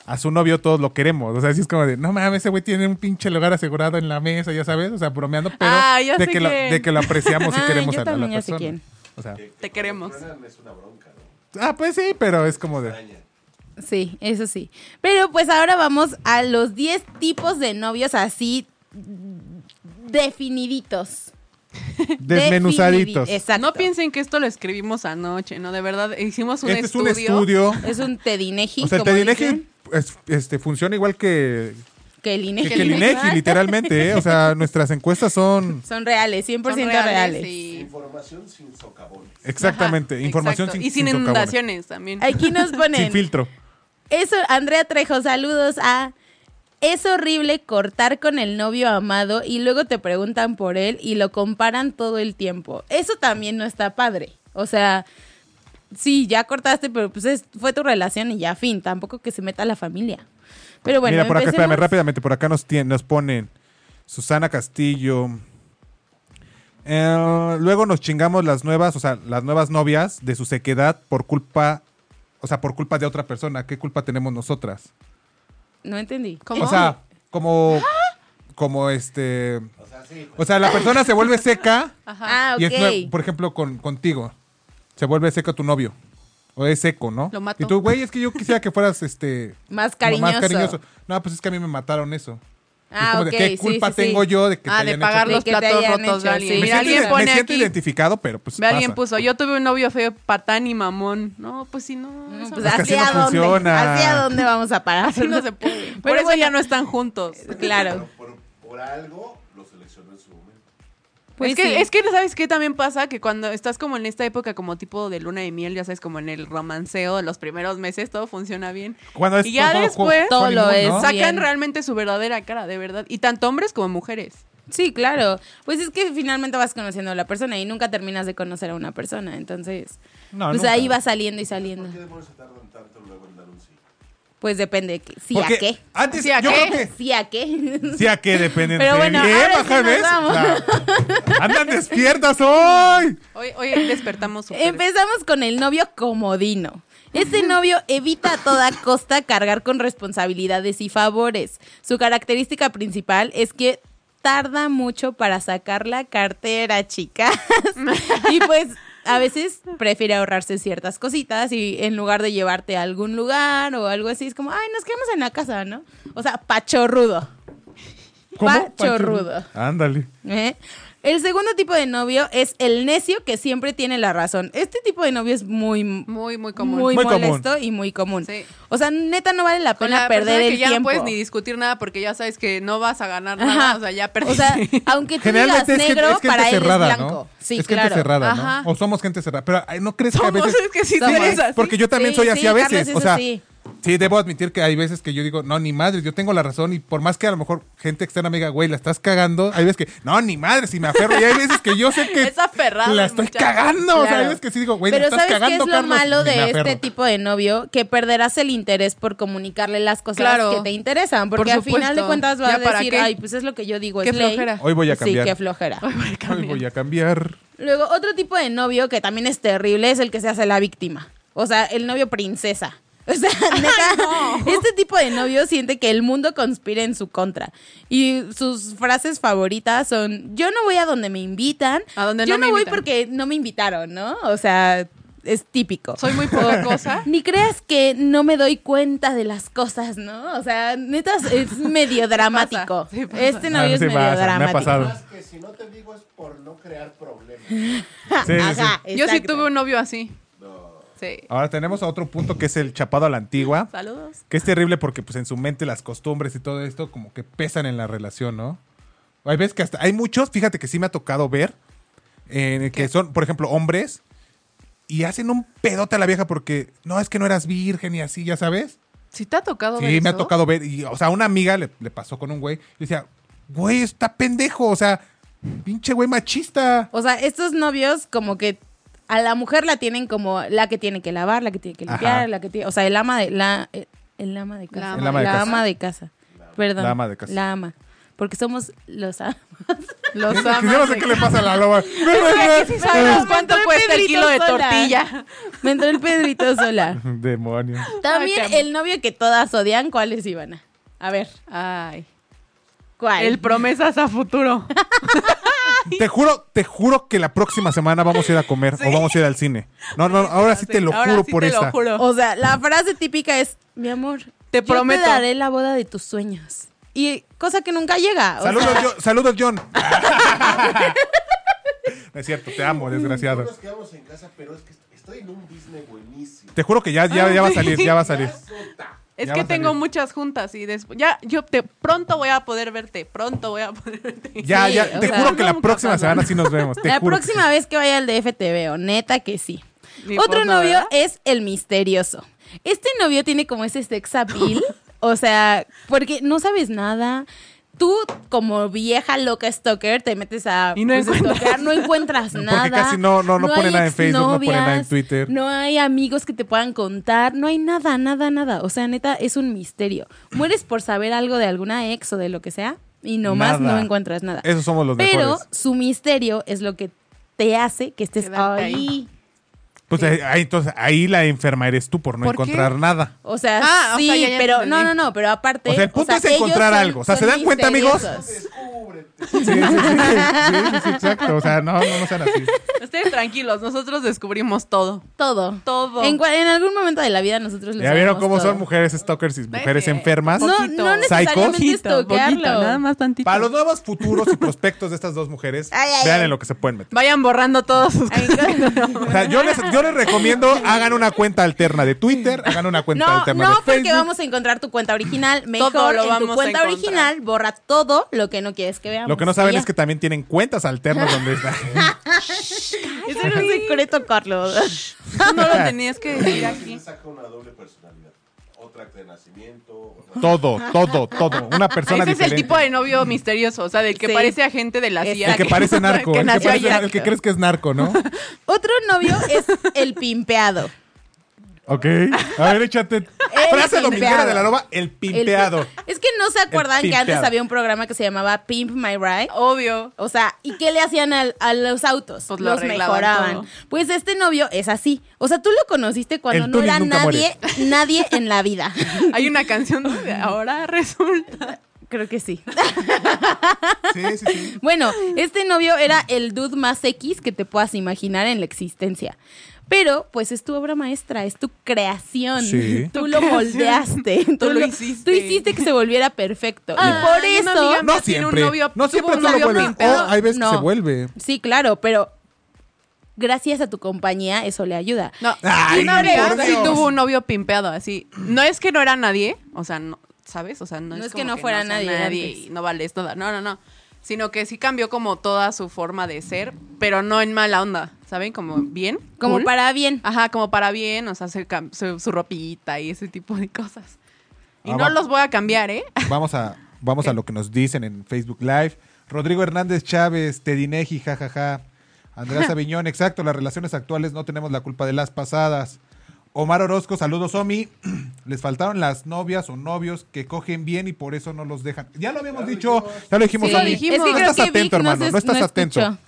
Speaker 5: a su novio todos lo queremos. O sea, sí es como de, no mames, ese güey tiene un pinche lugar asegurado en la mesa, ya sabes. O sea, bromeando, pero
Speaker 6: Ah, ya
Speaker 5: de,
Speaker 6: sé
Speaker 5: que lo,
Speaker 6: quién.
Speaker 5: de que lo apreciamos y
Speaker 4: Ah,
Speaker 5: queremos
Speaker 4: yo
Speaker 5: a, a la
Speaker 4: también ya sé
Speaker 5: persona.
Speaker 4: quién.
Speaker 5: O sea,
Speaker 6: Te queremos.
Speaker 5: ah, pues sí, pero es como de.
Speaker 4: Sí, eso sí. Pero pues ahora vamos a los 10 tipos de novios así mm, definiditos.
Speaker 5: Desmenuzaditos.
Speaker 4: Definidi- Exacto.
Speaker 6: No piensen que esto lo escribimos anoche, ¿no? De verdad, hicimos un
Speaker 5: este es un
Speaker 6: estudio.
Speaker 5: estudio.
Speaker 4: Es un tedineji.
Speaker 5: O sea, el
Speaker 4: como
Speaker 5: Tedineji
Speaker 4: dicen,
Speaker 5: es- este, funciona igual que,
Speaker 4: Que el INEGI.
Speaker 5: que, que el INEGI, literalmente. ¿eh? O sea, nuestras encuestas son
Speaker 4: Son reales, 100%
Speaker 6: Son
Speaker 4: reales.
Speaker 6: y-
Speaker 5: exactamente
Speaker 6: Ajá,
Speaker 5: información
Speaker 6: exacto.
Speaker 5: sin
Speaker 6: Y sin
Speaker 5: socavones.
Speaker 6: inundaciones también.
Speaker 4: Aquí nos
Speaker 5: Sin
Speaker 4: ponen.
Speaker 5: filtro.
Speaker 4: Eso, Andrea Trejo, saludos a. Es horrible cortar con el novio amado y luego te preguntan por él y lo comparan todo el tiempo. Eso también no está padre. O sea, sí, ya cortaste, pero pues es- fue tu relación y ya fin. Tampoco que se meta la familia. Pero bueno,
Speaker 5: Mira, por acá, espérame,
Speaker 4: empecemos.
Speaker 5: rápidamente, por acá nos, tien- nos ponen Susana Castillo. Eh, luego nos chingamos las nuevas, o sea, las nuevas novias de su sequedad por culpa, o sea, por culpa de otra persona. ¿Qué culpa tenemos nosotras?
Speaker 4: No entendí.
Speaker 6: ¿Cómo?
Speaker 5: O sea, como, como este... O sea, la persona se vuelve seca
Speaker 4: Ah, ok.
Speaker 5: y es pues, nue- por ejemplo, con, contigo. Se vuelve seco tu novio. O es seco, ¿no?
Speaker 6: Lo mato.
Speaker 5: Y tú, güey, es que yo quisiera que fueras este...
Speaker 4: Más
Speaker 5: como
Speaker 4: cariñoso.
Speaker 5: No, pues es que a mí me mataron eso. Es
Speaker 4: Ah,
Speaker 5: como de,
Speaker 4: ok.
Speaker 5: ¿Qué
Speaker 4: sí,
Speaker 5: culpa
Speaker 4: sí, sí.
Speaker 5: tengo yo de que
Speaker 6: ah,
Speaker 5: te
Speaker 6: de
Speaker 5: hayan hecho
Speaker 6: pagar
Speaker 5: todo
Speaker 6: los
Speaker 4: De que te
Speaker 6: platos
Speaker 4: hayan
Speaker 6: rotos de
Speaker 4: hecho,
Speaker 6: alguien.
Speaker 4: sí.
Speaker 5: Me
Speaker 6: Mira,
Speaker 5: siento,
Speaker 6: alguien
Speaker 5: me
Speaker 6: pone
Speaker 5: siento
Speaker 6: aquí.
Speaker 5: identificado, pero pues
Speaker 6: Ve, alguien
Speaker 5: pasa.
Speaker 6: puso, yo tuve un novio feo, patán y mamón. No, pues si no,
Speaker 4: No,
Speaker 6: eso
Speaker 4: Pues
Speaker 5: Es que así
Speaker 4: hacia
Speaker 5: no
Speaker 4: dónde,
Speaker 5: funciona.
Speaker 4: hacia dónde vamos a parar.
Speaker 6: así no se puede. Por
Speaker 4: Pero
Speaker 6: eso
Speaker 4: bueno.
Speaker 6: ya no están juntos.
Speaker 4: Claro.
Speaker 7: Por, por algo lo seleccionó en su momento.
Speaker 4: Pues
Speaker 6: es, que,
Speaker 4: sí.
Speaker 6: es que, ¿sabes qué también pasa? Que cuando estás como en esta época, como tipo de luna de miel, ya sabes, como en el romanceo, los primeros meses, todo funciona bien.
Speaker 5: Cuando es
Speaker 6: y ya
Speaker 5: todo
Speaker 6: después
Speaker 5: jo-
Speaker 4: Todo lo
Speaker 5: honeymoon,
Speaker 4: es.
Speaker 5: ¿no?
Speaker 4: Saca-
Speaker 6: sacan
Speaker 4: Bien.
Speaker 6: realmente su verdadera cara, de verdad. Y tanto hombres como mujeres.
Speaker 4: Sí, claro. Pues es que finalmente vas conociendo a la persona y nunca terminas de conocer a una persona. Entonces,
Speaker 5: No,
Speaker 4: pues
Speaker 5: nunca.
Speaker 4: ahí va saliendo y saliendo. Pues depende. que- Sí,
Speaker 5: Porque
Speaker 4: a qué. ¿Eh?
Speaker 5: Antes,
Speaker 6: ¿Sí a
Speaker 5: yo
Speaker 6: qué?
Speaker 5: creo
Speaker 4: Sí, a qué.
Speaker 5: que... Sí, a qué dependen.
Speaker 4: Pero
Speaker 5: de
Speaker 4: bueno,
Speaker 5: bien,
Speaker 4: ahora sí
Speaker 5: baja,
Speaker 4: nos
Speaker 5: ¿ves?
Speaker 4: vamos.
Speaker 5: Claro. Andan despiertas hoy.
Speaker 6: Hoy, hoy despertamos súper.
Speaker 4: Empezamos con el novio comodino. Este novio evita a toda costa cargar con responsabilidades y favores. Su característica principal es que tarda mucho para sacar la cartera, chicas. y pues a veces prefiere ahorrarse ciertas cositas y en lugar de llevarte a algún lugar o algo así, es como, ay, nos quedamos en la casa, ¿no? O sea, pachorrudo. Pachorrudo.
Speaker 5: Ándale.
Speaker 4: ¿Eh? El segundo tipo de novio es el necio que siempre tiene la razón. Este tipo de novio es muy
Speaker 6: Muy, muy común.
Speaker 4: muy,
Speaker 5: Muy común.
Speaker 4: molesto y muy común.
Speaker 6: Sí.
Speaker 4: O sea, neta no vale la
Speaker 6: Con
Speaker 4: pena
Speaker 6: la persona
Speaker 4: perder
Speaker 6: que
Speaker 4: el
Speaker 6: ya no
Speaker 4: tiempo.
Speaker 6: puedes ni discutir nada porque ya sabes que no vas a ganar nada.
Speaker 4: Ajá.
Speaker 6: O sea, ya
Speaker 4: O
Speaker 6: perdiste.
Speaker 4: sea, aunque tú digas
Speaker 5: Generalmente es gente,
Speaker 4: negro,
Speaker 5: es gente
Speaker 4: para él es
Speaker 5: cerrada,
Speaker 4: blanco.
Speaker 5: ¿no?
Speaker 4: Sí,
Speaker 5: es gente
Speaker 4: claro.
Speaker 5: cerrada,
Speaker 6: Ajá.
Speaker 5: ¿no? O somos gente cerrada. Pero ay, ¿no crees que a
Speaker 6: Somos,
Speaker 5: veces...
Speaker 6: es que sí, tú
Speaker 4: Somos.
Speaker 6: eres así.
Speaker 5: Porque yo también
Speaker 4: Sí,
Speaker 5: soy así
Speaker 4: sí,
Speaker 5: a
Speaker 4: Carlos,
Speaker 5: veces.
Speaker 4: eso
Speaker 5: o sea,
Speaker 4: sí.
Speaker 5: sí. debo admitir que hay veces que yo digo, no, ni madre, yo tengo la razón. Y por más que a lo mejor gente externa me diga, güey, la estás cagando, hay veces que, no, ni madre, si me aferro. Y hay veces que yo sé que.
Speaker 6: Es aferrado
Speaker 5: La
Speaker 6: el
Speaker 5: estoy
Speaker 6: muchacho.
Speaker 5: cagando. O sea, hay
Speaker 4: Claro.
Speaker 5: veces que sí digo, güey, la
Speaker 4: Pero
Speaker 5: estás
Speaker 4: ¿sabes
Speaker 5: cagando.
Speaker 4: qué es lo
Speaker 5: Carlos,
Speaker 4: malo
Speaker 5: y me
Speaker 4: de este
Speaker 5: aferro.
Speaker 4: tipo de novio? Que perderás el interés por comunicarle las cosas
Speaker 6: Claro.
Speaker 4: que te interesan.
Speaker 6: Por
Speaker 4: Porque al final de
Speaker 6: supuesto.
Speaker 4: cuentas va
Speaker 6: ¿Ya
Speaker 4: a
Speaker 6: para
Speaker 4: decir,
Speaker 6: qué?
Speaker 4: ay, pues es lo que yo digo,
Speaker 6: Qué
Speaker 4: es ley.
Speaker 6: flojera.
Speaker 5: Hoy voy a cambiar.
Speaker 4: Sí, qué flojera.
Speaker 5: Ay, voy a cambiar.
Speaker 4: Luego, otro tipo de novio que también es terrible es el que se hace la víctima. O sea, el novio princesa. O sea, neta, este tipo de novio siente que el mundo conspira en su contra. Y sus frases favoritas son, yo no voy a donde me invitan.
Speaker 6: A donde
Speaker 4: yo
Speaker 6: no me
Speaker 4: voy
Speaker 6: invitan".
Speaker 4: porque no me invitaron, ¿no? O sea, es típico.
Speaker 6: Soy muy poca cosa.
Speaker 4: Ni creas que no me doy cuenta de las cosas, ¿no? O sea, neta, es medio dramático.
Speaker 6: sí pasa.
Speaker 4: este novio
Speaker 5: Ah,
Speaker 4: es
Speaker 5: sí
Speaker 4: medio
Speaker 5: pasa, me ha
Speaker 4: dramático.
Speaker 5: pasado.
Speaker 7: Más que si no te digo es por no crear problemas.
Speaker 5: Sí, sí, sí.
Speaker 4: Ajá,
Speaker 6: Yo sí
Speaker 4: exacto.
Speaker 6: tuve un novio así. Sí.
Speaker 5: Ahora tenemos a otro punto que es el chapado a la antigua,
Speaker 6: Saludos.
Speaker 5: que es terrible porque pues en su mente las costumbres y todo esto como que pesan en la relación, ¿no? Hay veces que hasta hay muchos, fíjate que sí me ha tocado ver, en el que son, por ejemplo, hombres y hacen un pedote a la vieja porque no es que no eras virgen y así, ya sabes.
Speaker 6: ¿Sí te ha tocado ver
Speaker 5: Sí, me ha
Speaker 6: eso?
Speaker 5: tocado ver. Y, o sea, una amiga le, le pasó con un güey y decía, güey, está pendejo. O sea, pinche güey machista.
Speaker 4: O sea, estos novios como que a la mujer la tienen como la que tiene que lavar, la que tiene que limpiar,
Speaker 5: Ajá.
Speaker 4: la que tiene, o sea, el ama de la el, el ama de casa,
Speaker 5: El
Speaker 6: La ama
Speaker 5: ama de casa.
Speaker 4: ama de casa. Perdón.
Speaker 5: La ama de casa.
Speaker 4: La ama. Porque somos los amas.
Speaker 6: Los
Speaker 5: Que yo no sé
Speaker 6: amas.
Speaker 5: qué le pasa a la loba.
Speaker 6: ¿Sí sabes cuánto
Speaker 4: Me entró
Speaker 6: cuesta el
Speaker 4: Pedrito
Speaker 6: kilo de
Speaker 4: sola.
Speaker 6: tortilla?
Speaker 4: Me entró el Pedrito sola.
Speaker 5: Demonios.
Speaker 4: También
Speaker 6: Ay, qué
Speaker 4: el novio que todas odian, ¿cuál es Ivana? A ver,
Speaker 6: Ay.
Speaker 4: ¿cuál?
Speaker 6: El promesas a futuro.
Speaker 5: Te juro, te juro que la próxima semana vamos a ir a comer o vamos a ir al cine. No, no, ahora sí te lo
Speaker 6: Ahora
Speaker 5: juro
Speaker 6: sí
Speaker 5: por
Speaker 6: te lo
Speaker 5: esta.
Speaker 6: juro.
Speaker 4: O sea, la frase típica es, mi amor,
Speaker 6: Te
Speaker 4: yo
Speaker 6: prometo.
Speaker 4: te daré la boda de tus sueños. Y cosa que nunca llega. o
Speaker 5: Saludos,
Speaker 4: sea,
Speaker 5: John. Saludos, John. no es cierto, te amo, desgraciado.
Speaker 7: No nos quedamos en casa, pero es que estoy en un business buenísimo.
Speaker 5: Te juro que ya, ya,
Speaker 4: Ah,
Speaker 5: ya va a salir, ya va a salir.
Speaker 7: Sota.
Speaker 6: Es
Speaker 5: Ya
Speaker 6: que
Speaker 5: va a salir.
Speaker 6: tengo muchas juntas y después. Ya, yo te, pronto voy a poder verte. Pronto voy a poder verte.
Speaker 5: Ya,
Speaker 4: Sí,
Speaker 5: ya,
Speaker 4: o
Speaker 5: te
Speaker 4: sea,
Speaker 5: juro que la
Speaker 6: vamos
Speaker 5: próxima
Speaker 6: casando.
Speaker 5: semana sí nos vemos. Te
Speaker 4: La
Speaker 5: juro que sí.
Speaker 4: próxima vez que vaya al DF te veo, neta que sí.
Speaker 6: Ni
Speaker 4: Otro
Speaker 6: pues no,
Speaker 4: novio
Speaker 6: ¿verdad?
Speaker 4: es el misterioso. Este novio tiene como ese sex appeal, o sea, porque no sabes nada. Tú, como vieja loca stalker, te metes a pues,
Speaker 6: Y no encuentras
Speaker 4: stalkear, no encuentras nada.
Speaker 5: casi no- no- no pone
Speaker 4: hay
Speaker 5: nada en Facebook, no pone nada en
Speaker 4: exnovias,
Speaker 5: Twitter.
Speaker 4: No hay amigos que te puedan contar, no hay nada, nada, nada. O sea, neta, es un misterio. Mueres por saber algo de alguna ex o de lo que sea y nomás
Speaker 5: Nada.
Speaker 4: no encuentras nada.
Speaker 5: Esos somos los
Speaker 4: Pero
Speaker 5: mejores.
Speaker 4: su misterio es lo que te hace que estés
Speaker 6: Quedarte
Speaker 4: ahí.
Speaker 6: ahí.
Speaker 5: Pues
Speaker 4: eh,
Speaker 5: ahí, ahí, entonces, ahí la enferma eres tú por no
Speaker 6: ¿Por qué?
Speaker 5: encontrar nada.
Speaker 4: O sea,
Speaker 6: Ah, o
Speaker 4: sí,
Speaker 6: sea, ya, ya
Speaker 4: pero
Speaker 6: te
Speaker 4: no, no,
Speaker 6: entendí.
Speaker 4: no, pero aparte.
Speaker 5: O sea, el punto es
Speaker 4: ellos
Speaker 5: encontrar algo. O sea, ¿se dan cuenta, amigos?
Speaker 4: misteriosos.
Speaker 7: Descúbrete.
Speaker 5: Sí, sí, sí, sí, sí, sí, exacto. O sea, no, no, no sean así.
Speaker 6: Ustedes tranquilos, nosotros descubrimos todo.
Speaker 4: Todo.
Speaker 6: Todo.
Speaker 4: En, cua- en algún momento de la vida nosotros les
Speaker 5: Ya vieron
Speaker 4: sabemos
Speaker 5: cómo
Speaker 4: todo.
Speaker 5: son mujeres stalkers y mujeres
Speaker 6: cierto.
Speaker 5: enfermas.
Speaker 4: No,
Speaker 6: Poquito.
Speaker 4: no necesariamente estoquearlo.
Speaker 6: nada más tantito.
Speaker 5: Para los nuevos futuros y prospectos de estas dos mujeres,
Speaker 4: Ay, ay,
Speaker 5: vean
Speaker 4: ay.
Speaker 5: en lo que se pueden meter.
Speaker 6: Vayan borrando todos sus.
Speaker 5: O sea, yo les, yo les recomiendo hagan una cuenta alterna de Twitter, hagan una cuenta
Speaker 4: No,
Speaker 5: alterna
Speaker 4: no,
Speaker 5: de
Speaker 4: porque
Speaker 5: Facebook.
Speaker 4: vamos a encontrar tu cuenta original. Mejor
Speaker 6: Todo lo
Speaker 4: en tu
Speaker 6: vamos a
Speaker 4: cuenta
Speaker 6: encontrar.
Speaker 4: original borra todo lo que no quieres que veamos.
Speaker 5: Lo que no saben
Speaker 4: Y ya.
Speaker 5: es que también tienen cuentas alternas donde está.
Speaker 4: Ese era un secreto, Carlos.
Speaker 6: Tú no lo tenías que decir
Speaker 7: Sí
Speaker 6: aquí.
Speaker 7: saca una doble personalidad. Otra acta de nacimiento. otra-
Speaker 5: Todo, todo, todo. Una persona
Speaker 6: Ese es el
Speaker 5: diferente.
Speaker 6: tipo de novio misterioso, o sea, del que
Speaker 4: Sí.
Speaker 6: parece agente de la CIA.
Speaker 5: El que parece narco,
Speaker 6: que
Speaker 5: el, que
Speaker 6: nació
Speaker 5: parece-
Speaker 6: allá.
Speaker 5: el que crees que es narco, ¿no?
Speaker 4: Otro novio es el pimpeado.
Speaker 5: Ok. A ver, échate. Frase dominguera
Speaker 4: pimpeado.
Speaker 5: de la loba, el
Speaker 4: El-
Speaker 5: pimpeado.
Speaker 4: es que no se acuerdan que antes
Speaker 5: pimpeado.
Speaker 4: había un programa que se llamaba Pimp My Ride.
Speaker 6: Obvio.
Speaker 4: O sea, ¿y qué le hacían al- a los autos?
Speaker 6: Pues lo
Speaker 4: los
Speaker 6: arreglaban
Speaker 4: mejoraban.
Speaker 6: todo.
Speaker 4: Pues este novio es así. O sea, tú lo conociste cuando
Speaker 5: El
Speaker 4: no
Speaker 5: Tuli
Speaker 4: era
Speaker 5: nunca
Speaker 4: nadie, nadie en la vida.
Speaker 6: Hay una canción donde ahora resulta.
Speaker 4: Creo que sí.
Speaker 5: Sí, sí, sí.
Speaker 4: Bueno, este novio era el dude más X que te puedas imaginar en la existencia. Pero, pues es tu obra maestra, es tu creación.
Speaker 5: Sí.
Speaker 4: Tú
Speaker 6: Tu
Speaker 4: lo
Speaker 6: creación.
Speaker 4: moldeaste. Tú,
Speaker 6: lo
Speaker 4: lo Tú
Speaker 6: hiciste.
Speaker 4: hiciste que se volviera perfecto.
Speaker 6: Ah,
Speaker 4: y por
Speaker 6: y una
Speaker 4: eso.
Speaker 6: amiga
Speaker 5: No
Speaker 6: Pero tiene un
Speaker 5: siempre.
Speaker 6: novio-
Speaker 5: no siempre
Speaker 6: tuvo un
Speaker 5: tú lo
Speaker 6: novio
Speaker 5: vuelves.
Speaker 6: pimpeado.
Speaker 5: O hay veces
Speaker 4: No.
Speaker 5: que se vuelve.
Speaker 4: Sí, claro, pero gracias a tu compañía eso le ayuda.
Speaker 6: No,
Speaker 5: Ay,
Speaker 6: una amiga
Speaker 5: por
Speaker 6: sí
Speaker 5: Dios.
Speaker 6: tuvo un novio pimpeado, así. No es que no era nadie, o sea, no, ¿sabes? O sea, no,
Speaker 4: No
Speaker 6: es,
Speaker 4: es que
Speaker 6: como
Speaker 4: no fuera
Speaker 6: sea
Speaker 4: nadie antes.
Speaker 6: y no vales nada. No, no, no. Sino que sí cambió como toda su forma de ser, pero no en mala onda, ¿saben? Como bien.
Speaker 4: Como
Speaker 6: cool.
Speaker 4: para bien.
Speaker 5: Ah,
Speaker 6: Ajá, como para bien, o sea, se cam- su, su ropita y ese tipo de cosas. Y
Speaker 5: Ah,
Speaker 6: no
Speaker 5: va.
Speaker 6: los voy a cambiar, ¿eh?
Speaker 5: Vamos a, vamos a lo que nos dicen en Facebook Live. Rodrigo Hernández Chávez, Tedineji, jajaja. Andrés Aviñón, exacto, las relaciones actuales no tenemos la culpa de las pasadas. Omar Orozco, saludos, Omi. Les faltaron las novias o novios que cogen bien y por eso no los dejan. Ya lo habíamos dicho, ya lo dijimos,
Speaker 4: Sí.
Speaker 5: Omi.
Speaker 6: dijimos. Es que
Speaker 5: No
Speaker 6: creo
Speaker 5: estás atento,
Speaker 4: Vic
Speaker 5: hermano,
Speaker 4: nos es-
Speaker 5: no estás
Speaker 4: no
Speaker 5: atento.
Speaker 4: escuchó.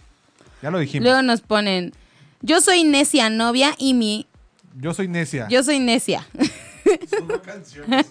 Speaker 5: Ya lo dijimos.
Speaker 4: Luego nos ponen, yo soy necia novia y mi,
Speaker 5: Yo soy necia.
Speaker 4: yo soy necia.
Speaker 7: Una canción. eso.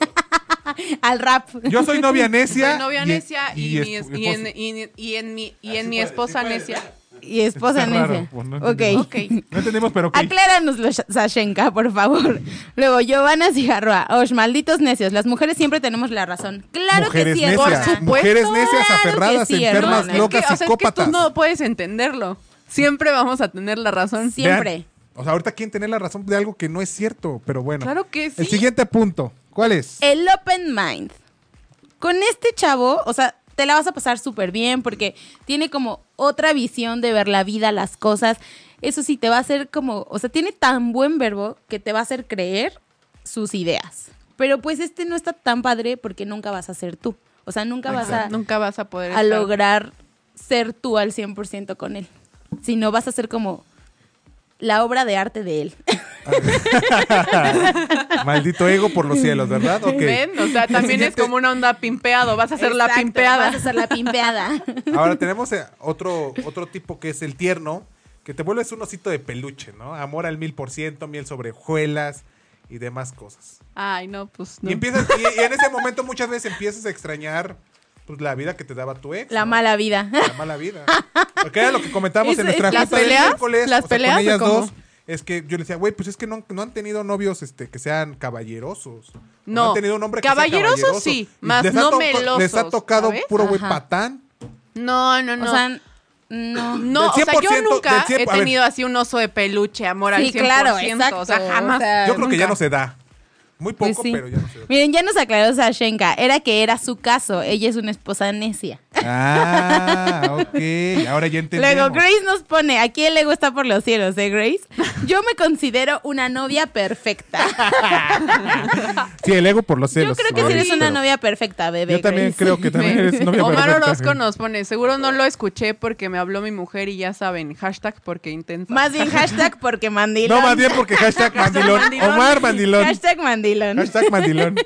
Speaker 4: Al rap.
Speaker 5: Yo soy novia necia.
Speaker 6: Soy novia
Speaker 5: y-
Speaker 6: necia y, mi es-
Speaker 5: esp-
Speaker 6: y en,
Speaker 5: esposa.
Speaker 6: y- y en mi, y
Speaker 7: Así
Speaker 6: en mi
Speaker 7: puede,
Speaker 6: esposa
Speaker 7: Ah, sí puede.
Speaker 6: necia.
Speaker 4: Y esposa
Speaker 5: Está raro,
Speaker 4: necia.
Speaker 5: pues, no
Speaker 4: ok.
Speaker 5: entendemos.
Speaker 6: Ok.
Speaker 5: No entendimos, pero ok.
Speaker 4: Acláranoslo, Sh- Sashenka, por favor. Luego, Giovanna Cigarroa. Osh, malditos necios. Las mujeres siempre tenemos la razón. Claro
Speaker 5: Mujeres
Speaker 4: que sí,
Speaker 5: necias.
Speaker 4: hermana.
Speaker 5: Por Mujeres necias,
Speaker 4: Claro que
Speaker 5: aferradas,
Speaker 4: sí,
Speaker 5: enfermas,
Speaker 4: hermana.
Speaker 5: locas,
Speaker 6: es que, o sea, es que
Speaker 5: psicópatas.
Speaker 6: tú no puedes entenderlo. Siempre vamos a tener la razón.
Speaker 4: Sí. siempre.
Speaker 5: Vean, O sea, ahorita quieren tener la razón de algo que no es cierto, pero bueno.
Speaker 6: Claro que sí. Eh.
Speaker 5: El siguiente punto. ¿Cuál es?
Speaker 4: El open mind. Con este chavo, o sea, te la vas a pasar súper bien porque tiene como otra visión de ver la vida, las cosas. Eso sí, te va a hacer como, o sea, tiene tan buen verbo que te va a hacer creer sus ideas. Pero pues este no está tan padre porque nunca vas a ser tú. O sea, nunca vas a...
Speaker 6: Nunca vas a poder
Speaker 4: a
Speaker 6: estar-
Speaker 4: lograr ser tú al 100% con él. Si no, vas a ser como la obra de arte de él.
Speaker 5: Maldito ego por los cielos, ¿verdad? Ok.
Speaker 6: ¿Ven? O sea, también es
Speaker 5: siguiente-
Speaker 6: como una onda pimpeado. Vas a hacer la
Speaker 4: Exacto,
Speaker 6: pimpeada.
Speaker 4: Vas a ser la pimpeada.
Speaker 5: Ahora tenemos eh, otro, otro tipo que es el tierno, que te vuelves un osito de peluche, ¿no? Amor al mil por ciento, miel sobre hojuelas y demás cosas.
Speaker 6: Ay, no, pues no.
Speaker 5: Y, empiezas, y, y en ese momento muchas veces empiezas a extrañar pues, la vida que te daba tu ex.
Speaker 4: la
Speaker 5: ¿no?
Speaker 4: mala vida.
Speaker 5: La mala vida. Porque era lo que comentábamos
Speaker 4: Es-
Speaker 5: en nuestra
Speaker 4: es- ¿las
Speaker 5: junta del
Speaker 6: peleas?
Speaker 5: miércoles.
Speaker 6: ¿Las
Speaker 5: o sea, con
Speaker 6: peleas o
Speaker 5: ellas
Speaker 6: cómo?
Speaker 5: dos. Es que yo le decía, güey, pues es que no, no han tenido novios este, que sean caballerosos. O
Speaker 6: No.
Speaker 5: han tenido un hombre que
Speaker 6: Caballerosos
Speaker 5: sea caballeroso.
Speaker 6: sí,
Speaker 5: Y
Speaker 6: mas
Speaker 5: les ha
Speaker 6: no
Speaker 5: toco-
Speaker 6: melosos,
Speaker 5: Les ha tocado
Speaker 6: ¿sabes?
Speaker 5: puro güey
Speaker 4: Ajá.
Speaker 5: patán.
Speaker 6: No, no,
Speaker 4: O
Speaker 6: no.
Speaker 4: sea, no.
Speaker 6: no, o
Speaker 5: del
Speaker 6: sea, yo
Speaker 5: 100%,
Speaker 6: nunca
Speaker 5: del
Speaker 6: he
Speaker 5: 100%, a ver.
Speaker 6: tenido así un oso de peluche, amor al
Speaker 4: Sí,
Speaker 6: 100%.
Speaker 4: claro,
Speaker 6: O sea,
Speaker 4: exacto.
Speaker 6: jamás.
Speaker 4: O sea,
Speaker 5: Yo creo que ya
Speaker 4: Eh, nunca.
Speaker 5: no se da. Muy poco,
Speaker 4: Pues sí.
Speaker 5: pero ya no se da.
Speaker 4: Miren, ya nos aclaró Sashenka. Era que era su caso. Ella es una esposa necia.
Speaker 5: Ah, ok. Ahora ya
Speaker 4: Luego, Grace nos pone, aquí el ego está por los cielos, ¿eh, Grace? Yo me considero una novia perfecta.
Speaker 5: Sí, el ego por los
Speaker 4: Yo
Speaker 5: celos.
Speaker 4: creo que si eres una novia perfecta, bebé.
Speaker 5: Yo también
Speaker 4: Grace.
Speaker 5: creo que también eres novia
Speaker 6: Omar
Speaker 5: perfecta. ¿eh?
Speaker 6: Orozco nos pone, seguro no lo escuché porque me habló mi mujer y ya saben, hashtag porque intensa.
Speaker 4: Más bien hashtag porque mandilón.
Speaker 5: No, más bien porque hashtag mandilón. Omar mandilón.
Speaker 4: Hashtag mandilón.
Speaker 5: Hashtag mandilón.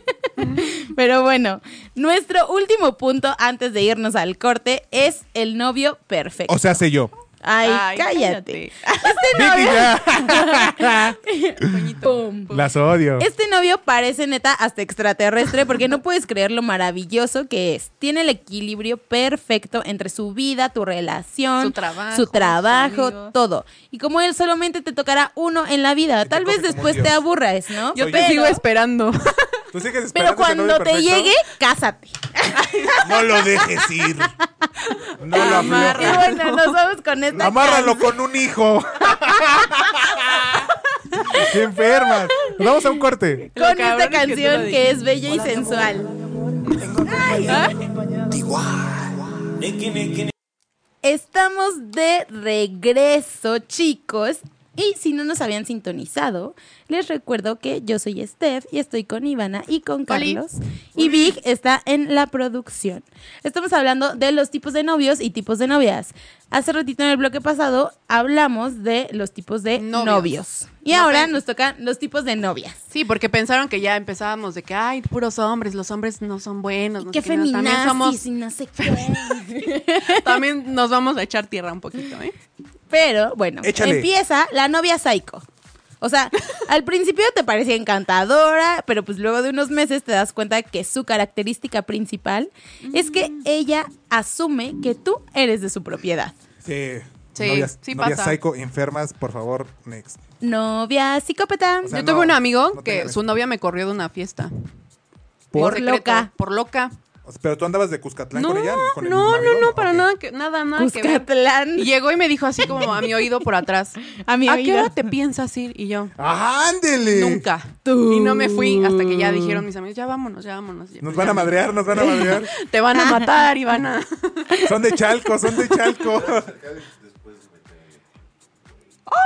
Speaker 4: Pero bueno, nuestro último punto antes de irnos al corte es el novio perfecto.
Speaker 5: O sea, sé yo.
Speaker 4: Ay,
Speaker 6: Ay,
Speaker 4: cállate.
Speaker 6: cállate.
Speaker 4: Este
Speaker 5: Vicky
Speaker 4: novio,
Speaker 5: ya.
Speaker 4: Pum.
Speaker 5: Las odio.
Speaker 4: este novio parece neta hasta extraterrestre porque no puedes creer lo maravilloso que es. Tiene el equilibrio perfecto entre su vida, tu relación,
Speaker 6: Su trabajo,
Speaker 4: su trabajo,
Speaker 6: sus amigos.
Speaker 4: todo. Y como él solamente te tocará uno en la vida,
Speaker 5: te
Speaker 4: tal vez
Speaker 5: coge como
Speaker 4: después
Speaker 5: un
Speaker 4: te
Speaker 5: dios.
Speaker 4: aburres, ¿no?
Speaker 6: Yo te
Speaker 4: Pero-
Speaker 6: sigo esperando.
Speaker 5: Tú sigues esperando
Speaker 4: Pero
Speaker 5: ese novio
Speaker 4: cuando te
Speaker 5: perfecto.
Speaker 4: llegue, cásate.
Speaker 5: No lo dejes ir. No lo
Speaker 4: Y
Speaker 5: aflojes.
Speaker 4: bueno, nos vamos con esta.
Speaker 5: Amárralo con un hijo. Qué enfermas. Nos Vamos a un corte.
Speaker 4: can- Con
Speaker 6: Lo cabrón
Speaker 4: esta
Speaker 6: es que tú
Speaker 4: canción
Speaker 6: lo
Speaker 4: que,
Speaker 6: dijiste.
Speaker 4: es bella y sensual. ¿Ah? Estamos de regreso, chicos. Y si no nos habían sintonizado, les recuerdo que yo soy Steph y estoy con Ivana y con
Speaker 6: Oli.
Speaker 4: Carlos. Y Vic está en la producción. Estamos hablando de los tipos de novios y tipos de novias. Hace ratito en el bloque pasado hablamos de los tipos de novios.
Speaker 6: Novios.
Speaker 4: Y
Speaker 6: No
Speaker 4: ahora
Speaker 6: pen-
Speaker 4: nos tocan los tipos de novias.
Speaker 6: Sí, porque pensaron que ya empezábamos de que, ay, puros hombres, los hombres no son buenos. no
Speaker 4: Qué
Speaker 6: sé qué, no, También,
Speaker 4: feminazis
Speaker 6: somos,
Speaker 4: y no sé qué.
Speaker 6: también nos vamos a echar tierra un poquito, ¿eh?
Speaker 4: Pero bueno,
Speaker 5: Échale.
Speaker 4: empieza la novia psycho. O sea, al principio te parecía encantadora, pero pues luego de unos meses te das cuenta que su característica principal es que
Speaker 6: Mm.
Speaker 4: ella asume que tú eres de su propiedad.
Speaker 5: Sí.
Speaker 6: Sí,
Speaker 5: novias,
Speaker 6: sí
Speaker 5: novias
Speaker 6: pasa.
Speaker 5: psycho enfermas, por favor, next.
Speaker 4: Novia psicópata.
Speaker 5: O sea,
Speaker 6: Yo
Speaker 5: no,
Speaker 6: tuve un amigo
Speaker 5: no
Speaker 6: que
Speaker 5: tengan
Speaker 6: su novia me corrió de una fiesta.
Speaker 4: ¿Por?
Speaker 6: En secreto,
Speaker 4: Loca.
Speaker 6: Por loca.
Speaker 5: O sea, pero tú andabas de Cuscatlán
Speaker 6: No,
Speaker 5: con ella. con el
Speaker 6: no, no,
Speaker 5: mamelón,
Speaker 6: no,
Speaker 5: ¿o
Speaker 6: para
Speaker 5: qué?
Speaker 6: nada, que, nada, nada que ver.
Speaker 4: Cuscatlán.
Speaker 6: Ah, Y llegó y me dijo así como a mi oído por atrás.
Speaker 4: A mi
Speaker 6: qué
Speaker 4: oído.
Speaker 6: hora te piensas ir? Y yo,
Speaker 5: Ah, ¡Ándele!
Speaker 6: nunca. Y no me fui hasta que ya dijeron mis amigos, ya vámonos, ya vámonos. Ya,
Speaker 5: Nos
Speaker 6: ya
Speaker 5: van a
Speaker 6: me-
Speaker 5: madrear, nos van a madrear.
Speaker 6: Te van a matar y van a...
Speaker 5: Son de Chalco, son de Chalco.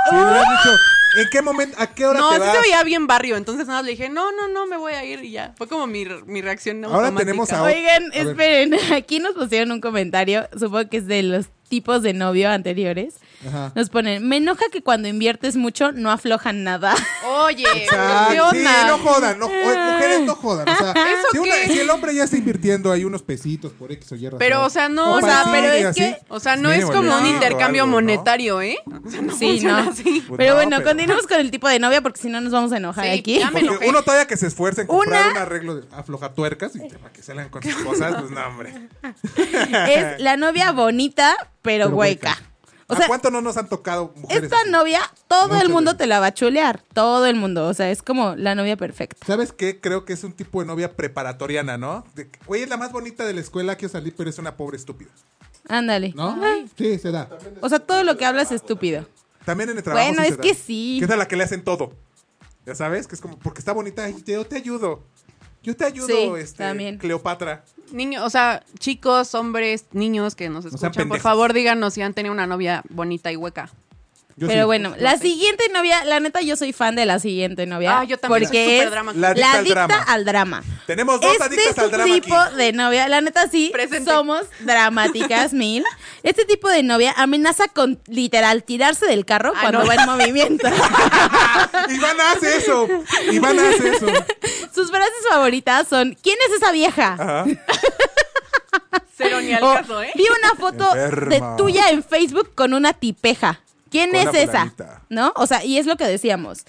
Speaker 5: Sí, le hubieras dicho, ¿En qué momento, a qué hora
Speaker 6: No,
Speaker 5: te
Speaker 6: sí
Speaker 5: vas?
Speaker 6: se veía bien barrio, entonces nada, más le dije, no, no, no, me voy a ir y ya. Fue como mi, mi reacción
Speaker 5: Ahora
Speaker 6: automática.
Speaker 5: tenemos a-
Speaker 4: Oigan,
Speaker 5: ver.
Speaker 4: esperen, aquí nos pusieron un comentario, supongo que es de los tipos de novio anteriores,
Speaker 5: Ajá.
Speaker 4: nos ponen, me enoja que cuando inviertes mucho no aflojan nada.
Speaker 6: Oye,
Speaker 5: Exacto.
Speaker 6: ¿qué
Speaker 5: Sí,
Speaker 6: onda?
Speaker 5: no jodan, no, o- mujeres no jodan. O sea,
Speaker 6: ¿Eso
Speaker 5: si, una-
Speaker 6: qué?
Speaker 5: si el hombre ya está invirtiendo ahí unos pesitos por X o Y razón,
Speaker 6: Pero, o sea, no, o
Speaker 5: para
Speaker 6: sea,
Speaker 5: ti,
Speaker 6: pero
Speaker 5: y
Speaker 6: es
Speaker 5: así,
Speaker 6: que, o sea, no es
Speaker 5: mínimo,
Speaker 6: como un
Speaker 5: ¿no?
Speaker 6: intercambio
Speaker 7: algo, ¿no?
Speaker 6: monetario, ¿eh? O sea, no
Speaker 4: Sí,
Speaker 6: funciona
Speaker 4: no.
Speaker 6: así.
Speaker 7: Pues
Speaker 4: pero
Speaker 7: no,
Speaker 4: bueno,
Speaker 7: pero-
Speaker 4: continuemos con el tipo de novia porque si no nos vamos a enojar
Speaker 6: Sí,
Speaker 4: aquí.
Speaker 6: ya me
Speaker 5: Porque
Speaker 6: enojé.
Speaker 5: uno todavía que se esfuerza en comprar
Speaker 4: Una-
Speaker 5: un arreglo de aflojar tuercas y para que salgan con sus cosas, pues no, hombre.
Speaker 4: Es la novia bonita, pero,
Speaker 5: Pero
Speaker 4: hueca.
Speaker 5: hueca.
Speaker 4: O
Speaker 5: ¿A
Speaker 4: sea,
Speaker 5: cuánto no nos han tocado mujeres?
Speaker 4: esta
Speaker 5: así?
Speaker 4: novia, todo
Speaker 5: Muchas
Speaker 4: el mundo
Speaker 5: veces.
Speaker 4: te la va a chulear. Todo el mundo. O sea, es como la novia perfecta.
Speaker 5: ¿Sabes qué? Creo que es un tipo de novia preparatoriana, ¿no? De que, Güey, es la más bonita de la escuela, quiero salir, pero es una pobre estúpida.
Speaker 4: Ándale.
Speaker 5: ¿No? Sí, se da.
Speaker 4: O sea, todo lo que hablas es estúpido.
Speaker 5: También en el trabajo.
Speaker 4: Bueno,
Speaker 5: sí se
Speaker 4: es
Speaker 5: da.
Speaker 4: que sí.
Speaker 5: Que es a la que le hacen todo. Ya sabes, que es como, porque está bonita, ay, yo te ayudo. Yo te ayudo,
Speaker 4: Sí,
Speaker 5: este,
Speaker 4: también.
Speaker 5: Cleopatra.
Speaker 6: Niño, o sea, chicos, hombres, niños que nos
Speaker 5: sean
Speaker 6: escuchan, por
Speaker 5: pendejos.
Speaker 6: favor díganos si han tenido una novia bonita y hueca.
Speaker 5: Yo
Speaker 4: pero
Speaker 5: sí.
Speaker 4: bueno,
Speaker 6: pues,
Speaker 4: la
Speaker 6: no sé.
Speaker 4: siguiente novia, la neta, yo soy fan de la siguiente novia.
Speaker 6: Ah, yo también
Speaker 4: Porque
Speaker 6: soy
Speaker 4: es
Speaker 6: superdrama.
Speaker 5: La adicta
Speaker 4: la
Speaker 5: al
Speaker 4: adicta
Speaker 5: drama.
Speaker 4: al drama.
Speaker 5: Tenemos dos
Speaker 4: este
Speaker 5: adictas
Speaker 4: es
Speaker 5: al
Speaker 4: un
Speaker 5: drama
Speaker 4: tipo
Speaker 5: aquí.
Speaker 4: de novia, la neta sí,
Speaker 6: Presente.
Speaker 4: somos dramáticas mil. Este tipo de novia amenaza con literal tirarse del carro
Speaker 6: Ah,
Speaker 4: cuando
Speaker 6: no.
Speaker 4: va en movimiento.
Speaker 5: Iván hace eso. Iván hace eso.
Speaker 4: Sus frases favoritas son ¿Quién es esa vieja?
Speaker 5: Ajá.
Speaker 6: Cero ni al
Speaker 4: O,
Speaker 6: caso, ¿eh?
Speaker 4: Vi una foto
Speaker 5: Enferma.
Speaker 4: de tuya en Facebook con una tipeja. ¿Quién
Speaker 5: Con
Speaker 4: es
Speaker 5: una
Speaker 4: esa?
Speaker 5: fulanita.
Speaker 4: ¿No? O sea, y es lo que decíamos.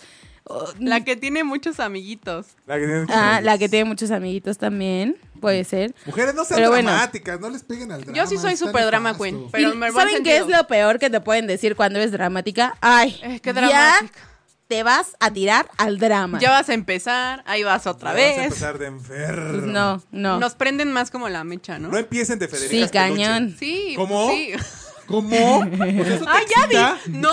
Speaker 4: O-
Speaker 6: La que tiene muchos amiguitos.
Speaker 5: La que tiene-
Speaker 4: Ah, la que tiene muchos amiguitos también, puede ser.
Speaker 5: Mujeres, no sean
Speaker 4: Pero bueno.
Speaker 5: dramáticas, no les peguen al drama.
Speaker 6: Yo sí soy
Speaker 5: está
Speaker 6: super drama
Speaker 5: nefasto.
Speaker 6: queen, pero
Speaker 4: ¿Y
Speaker 6: me voy
Speaker 4: ¿Saben qué es lo peor que te pueden decir cuando eres dramática? Ay,
Speaker 6: Es
Speaker 4: ya
Speaker 6: que dramática.
Speaker 4: te vas a tirar al drama.
Speaker 6: Ya vas a empezar, ahí vas otra
Speaker 5: Vamos a
Speaker 6: vez.
Speaker 5: empezar de enfermo.
Speaker 4: Pues no, no.
Speaker 6: Nos prenden más como la mecha, ¿no?
Speaker 5: No empiecen de Federica.
Speaker 4: sí,
Speaker 5: Peluche.
Speaker 4: cañón.
Speaker 6: Sí. pues
Speaker 5: ¿Cómo?
Speaker 6: Sí.
Speaker 5: ¿Cómo? O sea, eso te
Speaker 6: ¡Ay, ya
Speaker 5: excita.
Speaker 6: vi! No,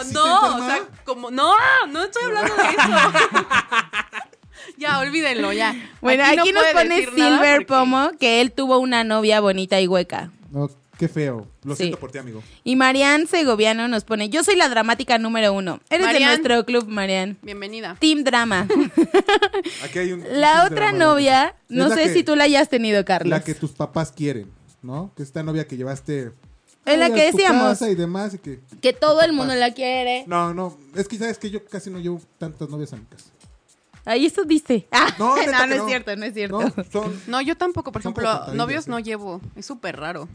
Speaker 5: ¿Eso te excita,
Speaker 6: no, o sea,
Speaker 5: enferma?
Speaker 6: como, no, no estoy hablando de eso. ya, olvídenlo, ya.
Speaker 4: Bueno, aquí,
Speaker 6: no
Speaker 4: nos
Speaker 6: puede
Speaker 4: pone
Speaker 6: decir nada
Speaker 4: Silver
Speaker 6: porque-
Speaker 4: Pomo que él tuvo una novia bonita y hueca.
Speaker 5: No, qué feo. Lo
Speaker 4: Sí.
Speaker 5: siento por ti, amigo.
Speaker 4: Y Marianne Segoviano nos pone, yo soy la dramática número uno. Eres
Speaker 6: Marianne.
Speaker 4: de nuestro club, Marianne.
Speaker 6: Bienvenida.
Speaker 4: Team Drama.
Speaker 5: Aquí hay un.
Speaker 4: la otra novia,
Speaker 5: Es
Speaker 4: no
Speaker 5: la
Speaker 4: sé
Speaker 5: que-
Speaker 4: si tú la hayas tenido, Carlos.
Speaker 5: La que tus papás quieren, ¿no? Que esta novia que llevaste.
Speaker 4: Es la
Speaker 5: ay, a
Speaker 4: que
Speaker 5: tu
Speaker 4: decíamos.
Speaker 5: casa Y demás, y que.
Speaker 4: Que todo el
Speaker 5: Papás.
Speaker 4: mundo la quiere.
Speaker 5: No, no. Es que sabes que yo casi no llevo tantas novias a mi casa.
Speaker 4: Ahí eso dice. Ah,
Speaker 5: No,
Speaker 4: no,
Speaker 5: neta
Speaker 4: no,
Speaker 5: que
Speaker 4: es
Speaker 5: no.
Speaker 4: cierto, no es cierto.
Speaker 5: No, son.
Speaker 6: No, yo tampoco, por
Speaker 5: Son como
Speaker 6: ejemplo,
Speaker 5: contadillas,
Speaker 6: novios
Speaker 5: ¿sí?
Speaker 6: no llevo. Es súper raro.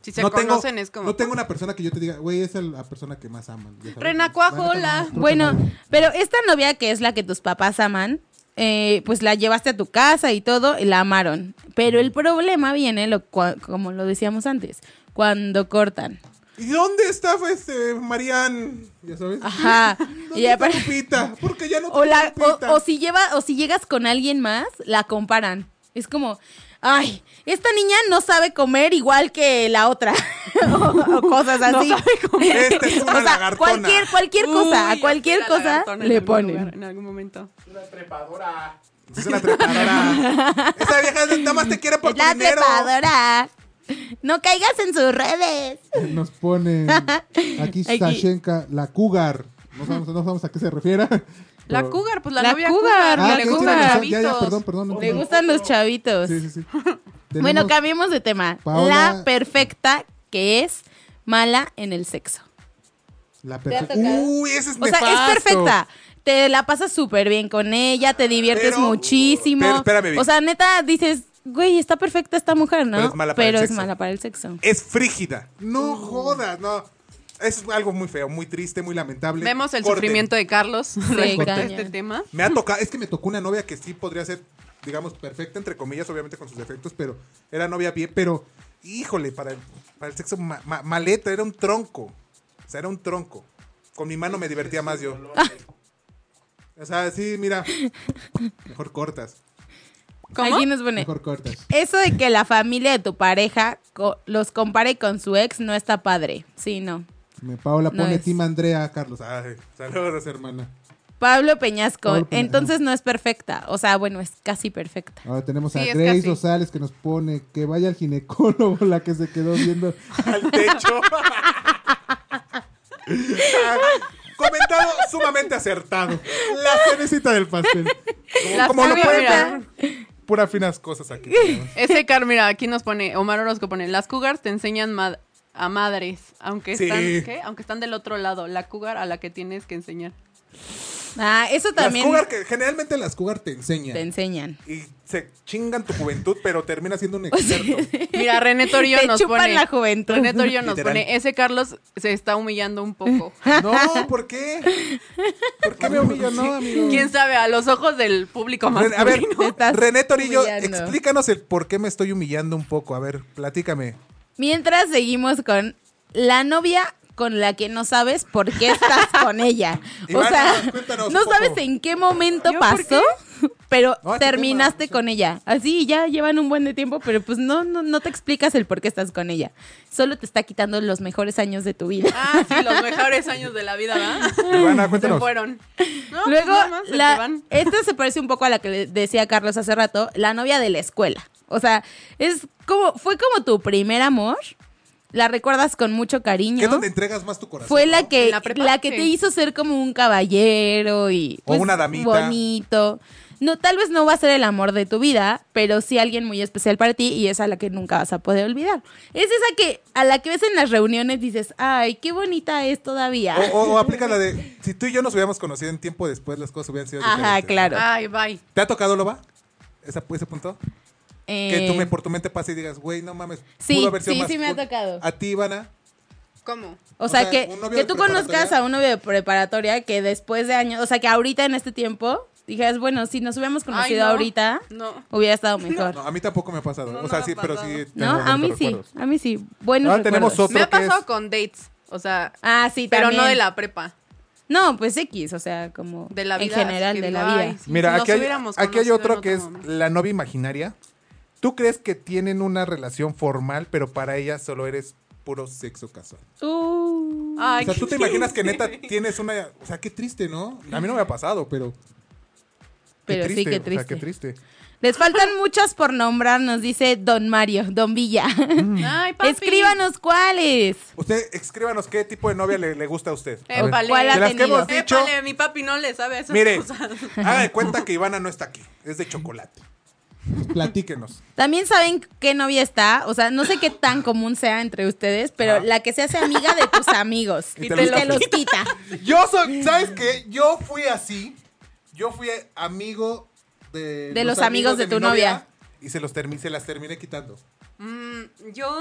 Speaker 6: Si se
Speaker 5: no tengo,
Speaker 6: conocen es como...
Speaker 5: no tengo una persona que yo te diga, güey, esa es la persona que más aman. ya sabes.
Speaker 6: Rena Cuajola.
Speaker 4: Bueno, pero esta novia que es la que tus papás aman, eh, pues la llevaste a tu casa y todo, y la amaron. Pero el problema viene, lo cua- como lo decíamos antes, cuando cortan.
Speaker 5: ¿Y dónde está fue, este Marían? Ya sabes.
Speaker 4: Ajá.
Speaker 5: ¿Dónde
Speaker 4: Y
Speaker 5: está
Speaker 4: aparte-
Speaker 5: Lupita? Porque ya no
Speaker 4: o,
Speaker 5: tengo
Speaker 4: la- o-
Speaker 5: Lupita?
Speaker 4: o si lleva, o si llegas con alguien más, la comparan. Es como, ay, esta niña no sabe comer igual que la otra. o, o cosas así.
Speaker 5: Esta es una
Speaker 4: O sea,
Speaker 5: lagartona.
Speaker 4: cualquier, cualquier cosa,
Speaker 6: Uy,
Speaker 4: a cualquier
Speaker 6: la
Speaker 4: cosa
Speaker 6: lagartona en
Speaker 4: le
Speaker 6: algún
Speaker 4: ponen.
Speaker 6: lugar, en algún momento.
Speaker 5: Es una trepadora. Esa vieja nada más te quiere por
Speaker 4: Es
Speaker 5: tu
Speaker 4: la
Speaker 5: dinero.
Speaker 4: trepadora. No caigas en sus redes.
Speaker 5: Eh, Nos ponen aquí
Speaker 4: Aquí.
Speaker 5: Sashenka, la cougar. No sabemos, no sabemos a qué se refiera.
Speaker 6: La
Speaker 5: pero-
Speaker 6: cougar, pues la,
Speaker 4: La
Speaker 6: novia
Speaker 4: cougar,
Speaker 6: cougar.
Speaker 4: la
Speaker 6: que
Speaker 5: Ah, ya
Speaker 6: le
Speaker 5: tiene
Speaker 6: gustan los
Speaker 5: razón, ya, ya,
Speaker 6: chavitos.
Speaker 5: Oh. perdón, perdón. no,
Speaker 4: Le
Speaker 5: no.
Speaker 4: gustan los chavitos.
Speaker 5: Sí, sí, sí.
Speaker 4: Bueno,
Speaker 5: Tenemos-
Speaker 4: cambiemos de tema.
Speaker 5: Paola-
Speaker 4: La perfecta que es mala en el sexo.
Speaker 5: La
Speaker 4: ha
Speaker 5: perfecta.
Speaker 4: tocado?
Speaker 5: Uy, ese es
Speaker 4: O sea, es
Speaker 5: nefasto.
Speaker 4: perfecta. Te la pasas súper bien con ella, te diviertes
Speaker 5: Pero-
Speaker 4: muchísimo.
Speaker 5: pero espérame, Vic.
Speaker 4: o sea, neta, dices, güey, está perfecta esta mujer, ¿no?
Speaker 5: Pero es mala para el
Speaker 4: Pero es
Speaker 5: sexo.
Speaker 4: mala para el sexo.
Speaker 5: Es frígida. No jodas, no. Es algo muy feo, muy triste, muy lamentable.
Speaker 6: Vemos el
Speaker 5: Corten.
Speaker 6: sufrimiento de Carlos respecto a
Speaker 4: caña.
Speaker 6: este tema.
Speaker 5: Me ha tocado, es que me tocó una novia que sí podría ser, digamos, perfecta, entre comillas, obviamente con sus defectos, pero era novia bien, pero híjole, para el, para el sexo ma- ma- maleta, era un tronco. O sea, era un tronco. Con mi mano me divertía más yo. O sea, sí, mira. Mejor cortas.
Speaker 6: ¿Cómo?
Speaker 4: Aquí nos pone.
Speaker 5: Mejor cortas.
Speaker 4: Eso de que la familia de tu pareja co- los compare con su ex no está padre. Sí, no.
Speaker 5: Me Paola
Speaker 4: No
Speaker 5: pone
Speaker 4: es.
Speaker 5: Tim Andrea, Carlos. Ay, saludos, hermana.
Speaker 4: Pablo Peñasco,
Speaker 5: Pablo Peñasco.
Speaker 4: entonces no es perfecta. O sea, bueno, es casi perfecta.
Speaker 5: Ahora tenemos
Speaker 6: Sí,
Speaker 5: a
Speaker 6: es
Speaker 5: Grace
Speaker 6: casi.
Speaker 5: Rosales que nos pone que vaya al ginecólogo, la que se quedó viendo al techo. Comentado sumamente acertado. La cerecita del pastel.
Speaker 6: Las
Speaker 5: Como, como lo
Speaker 6: cambio,
Speaker 5: pueden
Speaker 6: mira.
Speaker 5: ver, puras finas cosas aquí.
Speaker 6: Ese Car, mira, aquí nos pone, Omar Orozco pone, las cougars te enseñan ma- a madres, aunque
Speaker 8: Sí.
Speaker 6: están, ¿qué? aunque están del otro lado, la cougar a la que tienes que enseñar.
Speaker 4: Ah, eso también
Speaker 5: Las cougar, que generalmente las cougar te enseñan.
Speaker 4: te enseñan.
Speaker 5: y se chingan tu juventud, pero termina siendo un experto.
Speaker 6: Mira, René Torrio
Speaker 4: Te
Speaker 6: nos
Speaker 4: chupan
Speaker 6: pone
Speaker 4: la juventud.
Speaker 6: René Torrio nos
Speaker 5: Literal.
Speaker 6: pone, ese Carlos se está humillando un poco.
Speaker 5: No, ¿por qué? ¿Por qué me humillo? No, amigo.
Speaker 6: ¿Quién sabe? A los ojos del público
Speaker 5: Ren-
Speaker 6: masculino.
Speaker 5: a ver,
Speaker 4: Te estás
Speaker 5: René Torillo,
Speaker 4: humillando.
Speaker 5: explícanos el por qué me estoy humillando un poco. A ver, platícame.
Speaker 4: Mientras seguimos con la novia con la que no sabes por qué estás con ella. O
Speaker 5: Ivana,
Speaker 4: sea,
Speaker 5: cuéntanos un
Speaker 4: no
Speaker 5: poco.
Speaker 4: sabes en qué momento
Speaker 6: ¿Yo por
Speaker 4: pasó, pero
Speaker 5: No, este
Speaker 4: terminaste
Speaker 5: tema,
Speaker 4: con ella. Así ya llevan un buen de tiempo, pero pues no, no, no te explicas el por qué estás con ella. Solo te está quitando los mejores años de tu vida.
Speaker 6: Ah, sí, los mejores años de la vida, ¿verdad?
Speaker 8: Ivana,
Speaker 6: Se
Speaker 8: cuéntanos.
Speaker 6: fueron. No, pues
Speaker 4: Luego,
Speaker 6: nada más se te
Speaker 4: la,
Speaker 6: van.
Speaker 4: esta se parece un poco a la que le decía Carlos hace rato, la novia de la escuela. O sea, es como, fue como tu primer amor, la recuerdas con mucho cariño.
Speaker 5: ¿Qué es donde entregas más tu corazón?
Speaker 4: fue la que
Speaker 6: En
Speaker 4: la,
Speaker 6: la prepa,
Speaker 4: que
Speaker 6: sí.
Speaker 4: te hizo ser como un caballero y pues,
Speaker 5: O una damita.
Speaker 4: bonito. No, tal vez no va a ser el amor de tu vida, pero sí alguien muy especial para ti y es a la que nunca vas a poder olvidar. Es esa que a la que ves en las reuniones dices, "Ay, qué bonita es todavía."
Speaker 5: O, o, o aplica la de, si tú y yo nos hubiéramos conocido en tiempo después, las cosas hubieran sido
Speaker 4: Ajá,
Speaker 5: diferentes.
Speaker 4: claro.
Speaker 6: Ay, bye.
Speaker 5: ¿Te ha tocado, Loba? ¿Esa, ¿Ese punto? Que
Speaker 4: Eh,
Speaker 5: tú me, por tu mente pase y digas, güey, no mames.
Speaker 4: Sí,
Speaker 5: pudo haber sido
Speaker 4: sí,
Speaker 5: más
Speaker 4: sí me ha
Speaker 5: cool".
Speaker 4: tocado.
Speaker 5: A ti, Ivana.
Speaker 6: ¿Cómo?
Speaker 4: O
Speaker 5: O
Speaker 4: sea,
Speaker 5: sea,
Speaker 4: que,
Speaker 5: un novio
Speaker 4: que
Speaker 5: de
Speaker 4: tú conozcas
Speaker 5: preparatoria.
Speaker 4: a un novio de preparatoria que después de años, o sea, que ahorita en este tiempo dijeras, bueno, si nos hubiéramos
Speaker 6: Ay,
Speaker 4: conocido
Speaker 6: no,
Speaker 4: ahorita,
Speaker 6: no.
Speaker 4: hubiera estado mejor.
Speaker 5: No, a mí tampoco me ha pasado.
Speaker 6: No,
Speaker 5: o sea,
Speaker 6: no me
Speaker 5: sí,
Speaker 6: ha
Speaker 5: pero
Speaker 6: pasado.
Speaker 5: sí.
Speaker 4: No,
Speaker 5: tengo
Speaker 4: a mí
Speaker 5: bonitos recuerdos.
Speaker 4: sí, a mí sí. Buenos
Speaker 8: Ahora tenemos
Speaker 4: recuerdos.
Speaker 8: otro
Speaker 6: Me ha
Speaker 8: que es-
Speaker 6: pasado con dates. O sea,
Speaker 4: Ah, sí,
Speaker 6: pero
Speaker 4: también.
Speaker 6: no de la prepa,
Speaker 4: No, pues X, o sea, como
Speaker 6: de la
Speaker 4: en
Speaker 6: vida.
Speaker 4: general
Speaker 6: así que
Speaker 4: de
Speaker 6: digo,
Speaker 4: la
Speaker 6: ay,
Speaker 4: vida.
Speaker 6: si
Speaker 8: Mira,
Speaker 6: nos
Speaker 8: aquí hay-
Speaker 6: hubiéramos
Speaker 5: Aquí hay
Speaker 6: conocido en
Speaker 5: otro
Speaker 6: otro
Speaker 5: que es
Speaker 6: momento.
Speaker 5: la novia imaginaria. ¿Tú crees que tienen una relación formal, pero para ella solo eres puro sexo casual?
Speaker 4: Uh,
Speaker 6: Ay,
Speaker 5: o sea,
Speaker 6: qué
Speaker 5: tú te
Speaker 6: triste.
Speaker 5: imaginas que neta tienes una... O sea, qué triste, ¿no? A mí no me ha pasado, pero... Qué
Speaker 4: pero
Speaker 5: triste,
Speaker 4: sí, qué
Speaker 5: O sea,
Speaker 4: triste.
Speaker 5: qué triste.
Speaker 4: Les faltan muchas por nombrar, nos dice Don Mario, Don Villa.
Speaker 6: Ay, papi.
Speaker 4: Escríbanos cuáles.
Speaker 5: Usted, escríbanos qué tipo de novia le, le gusta a usted.
Speaker 4: ver,
Speaker 6: Épale.
Speaker 4: ¿cuál ha
Speaker 5: De las que
Speaker 4: tenido?
Speaker 5: hemos dicho,
Speaker 6: Épale, mi papi no le sabe a esas
Speaker 5: mire,
Speaker 6: cosas.
Speaker 5: haga de cuenta que Ivana no está aquí, es de chocolate. Platíquenos.
Speaker 4: También saben qué novia está, o sea, no sé qué tan común sea entre ustedes, pero la que se hace amiga de tus amigos y,
Speaker 5: te
Speaker 4: te,
Speaker 5: los
Speaker 4: los quita.
Speaker 5: Yo soy, ¿sabes qué? Yo fui así. Yo fui amigo de...
Speaker 4: De los amigos de tu
Speaker 5: mi
Speaker 4: novia.
Speaker 5: Y se, los termi- se las terminé quitando.
Speaker 6: Mm, yo,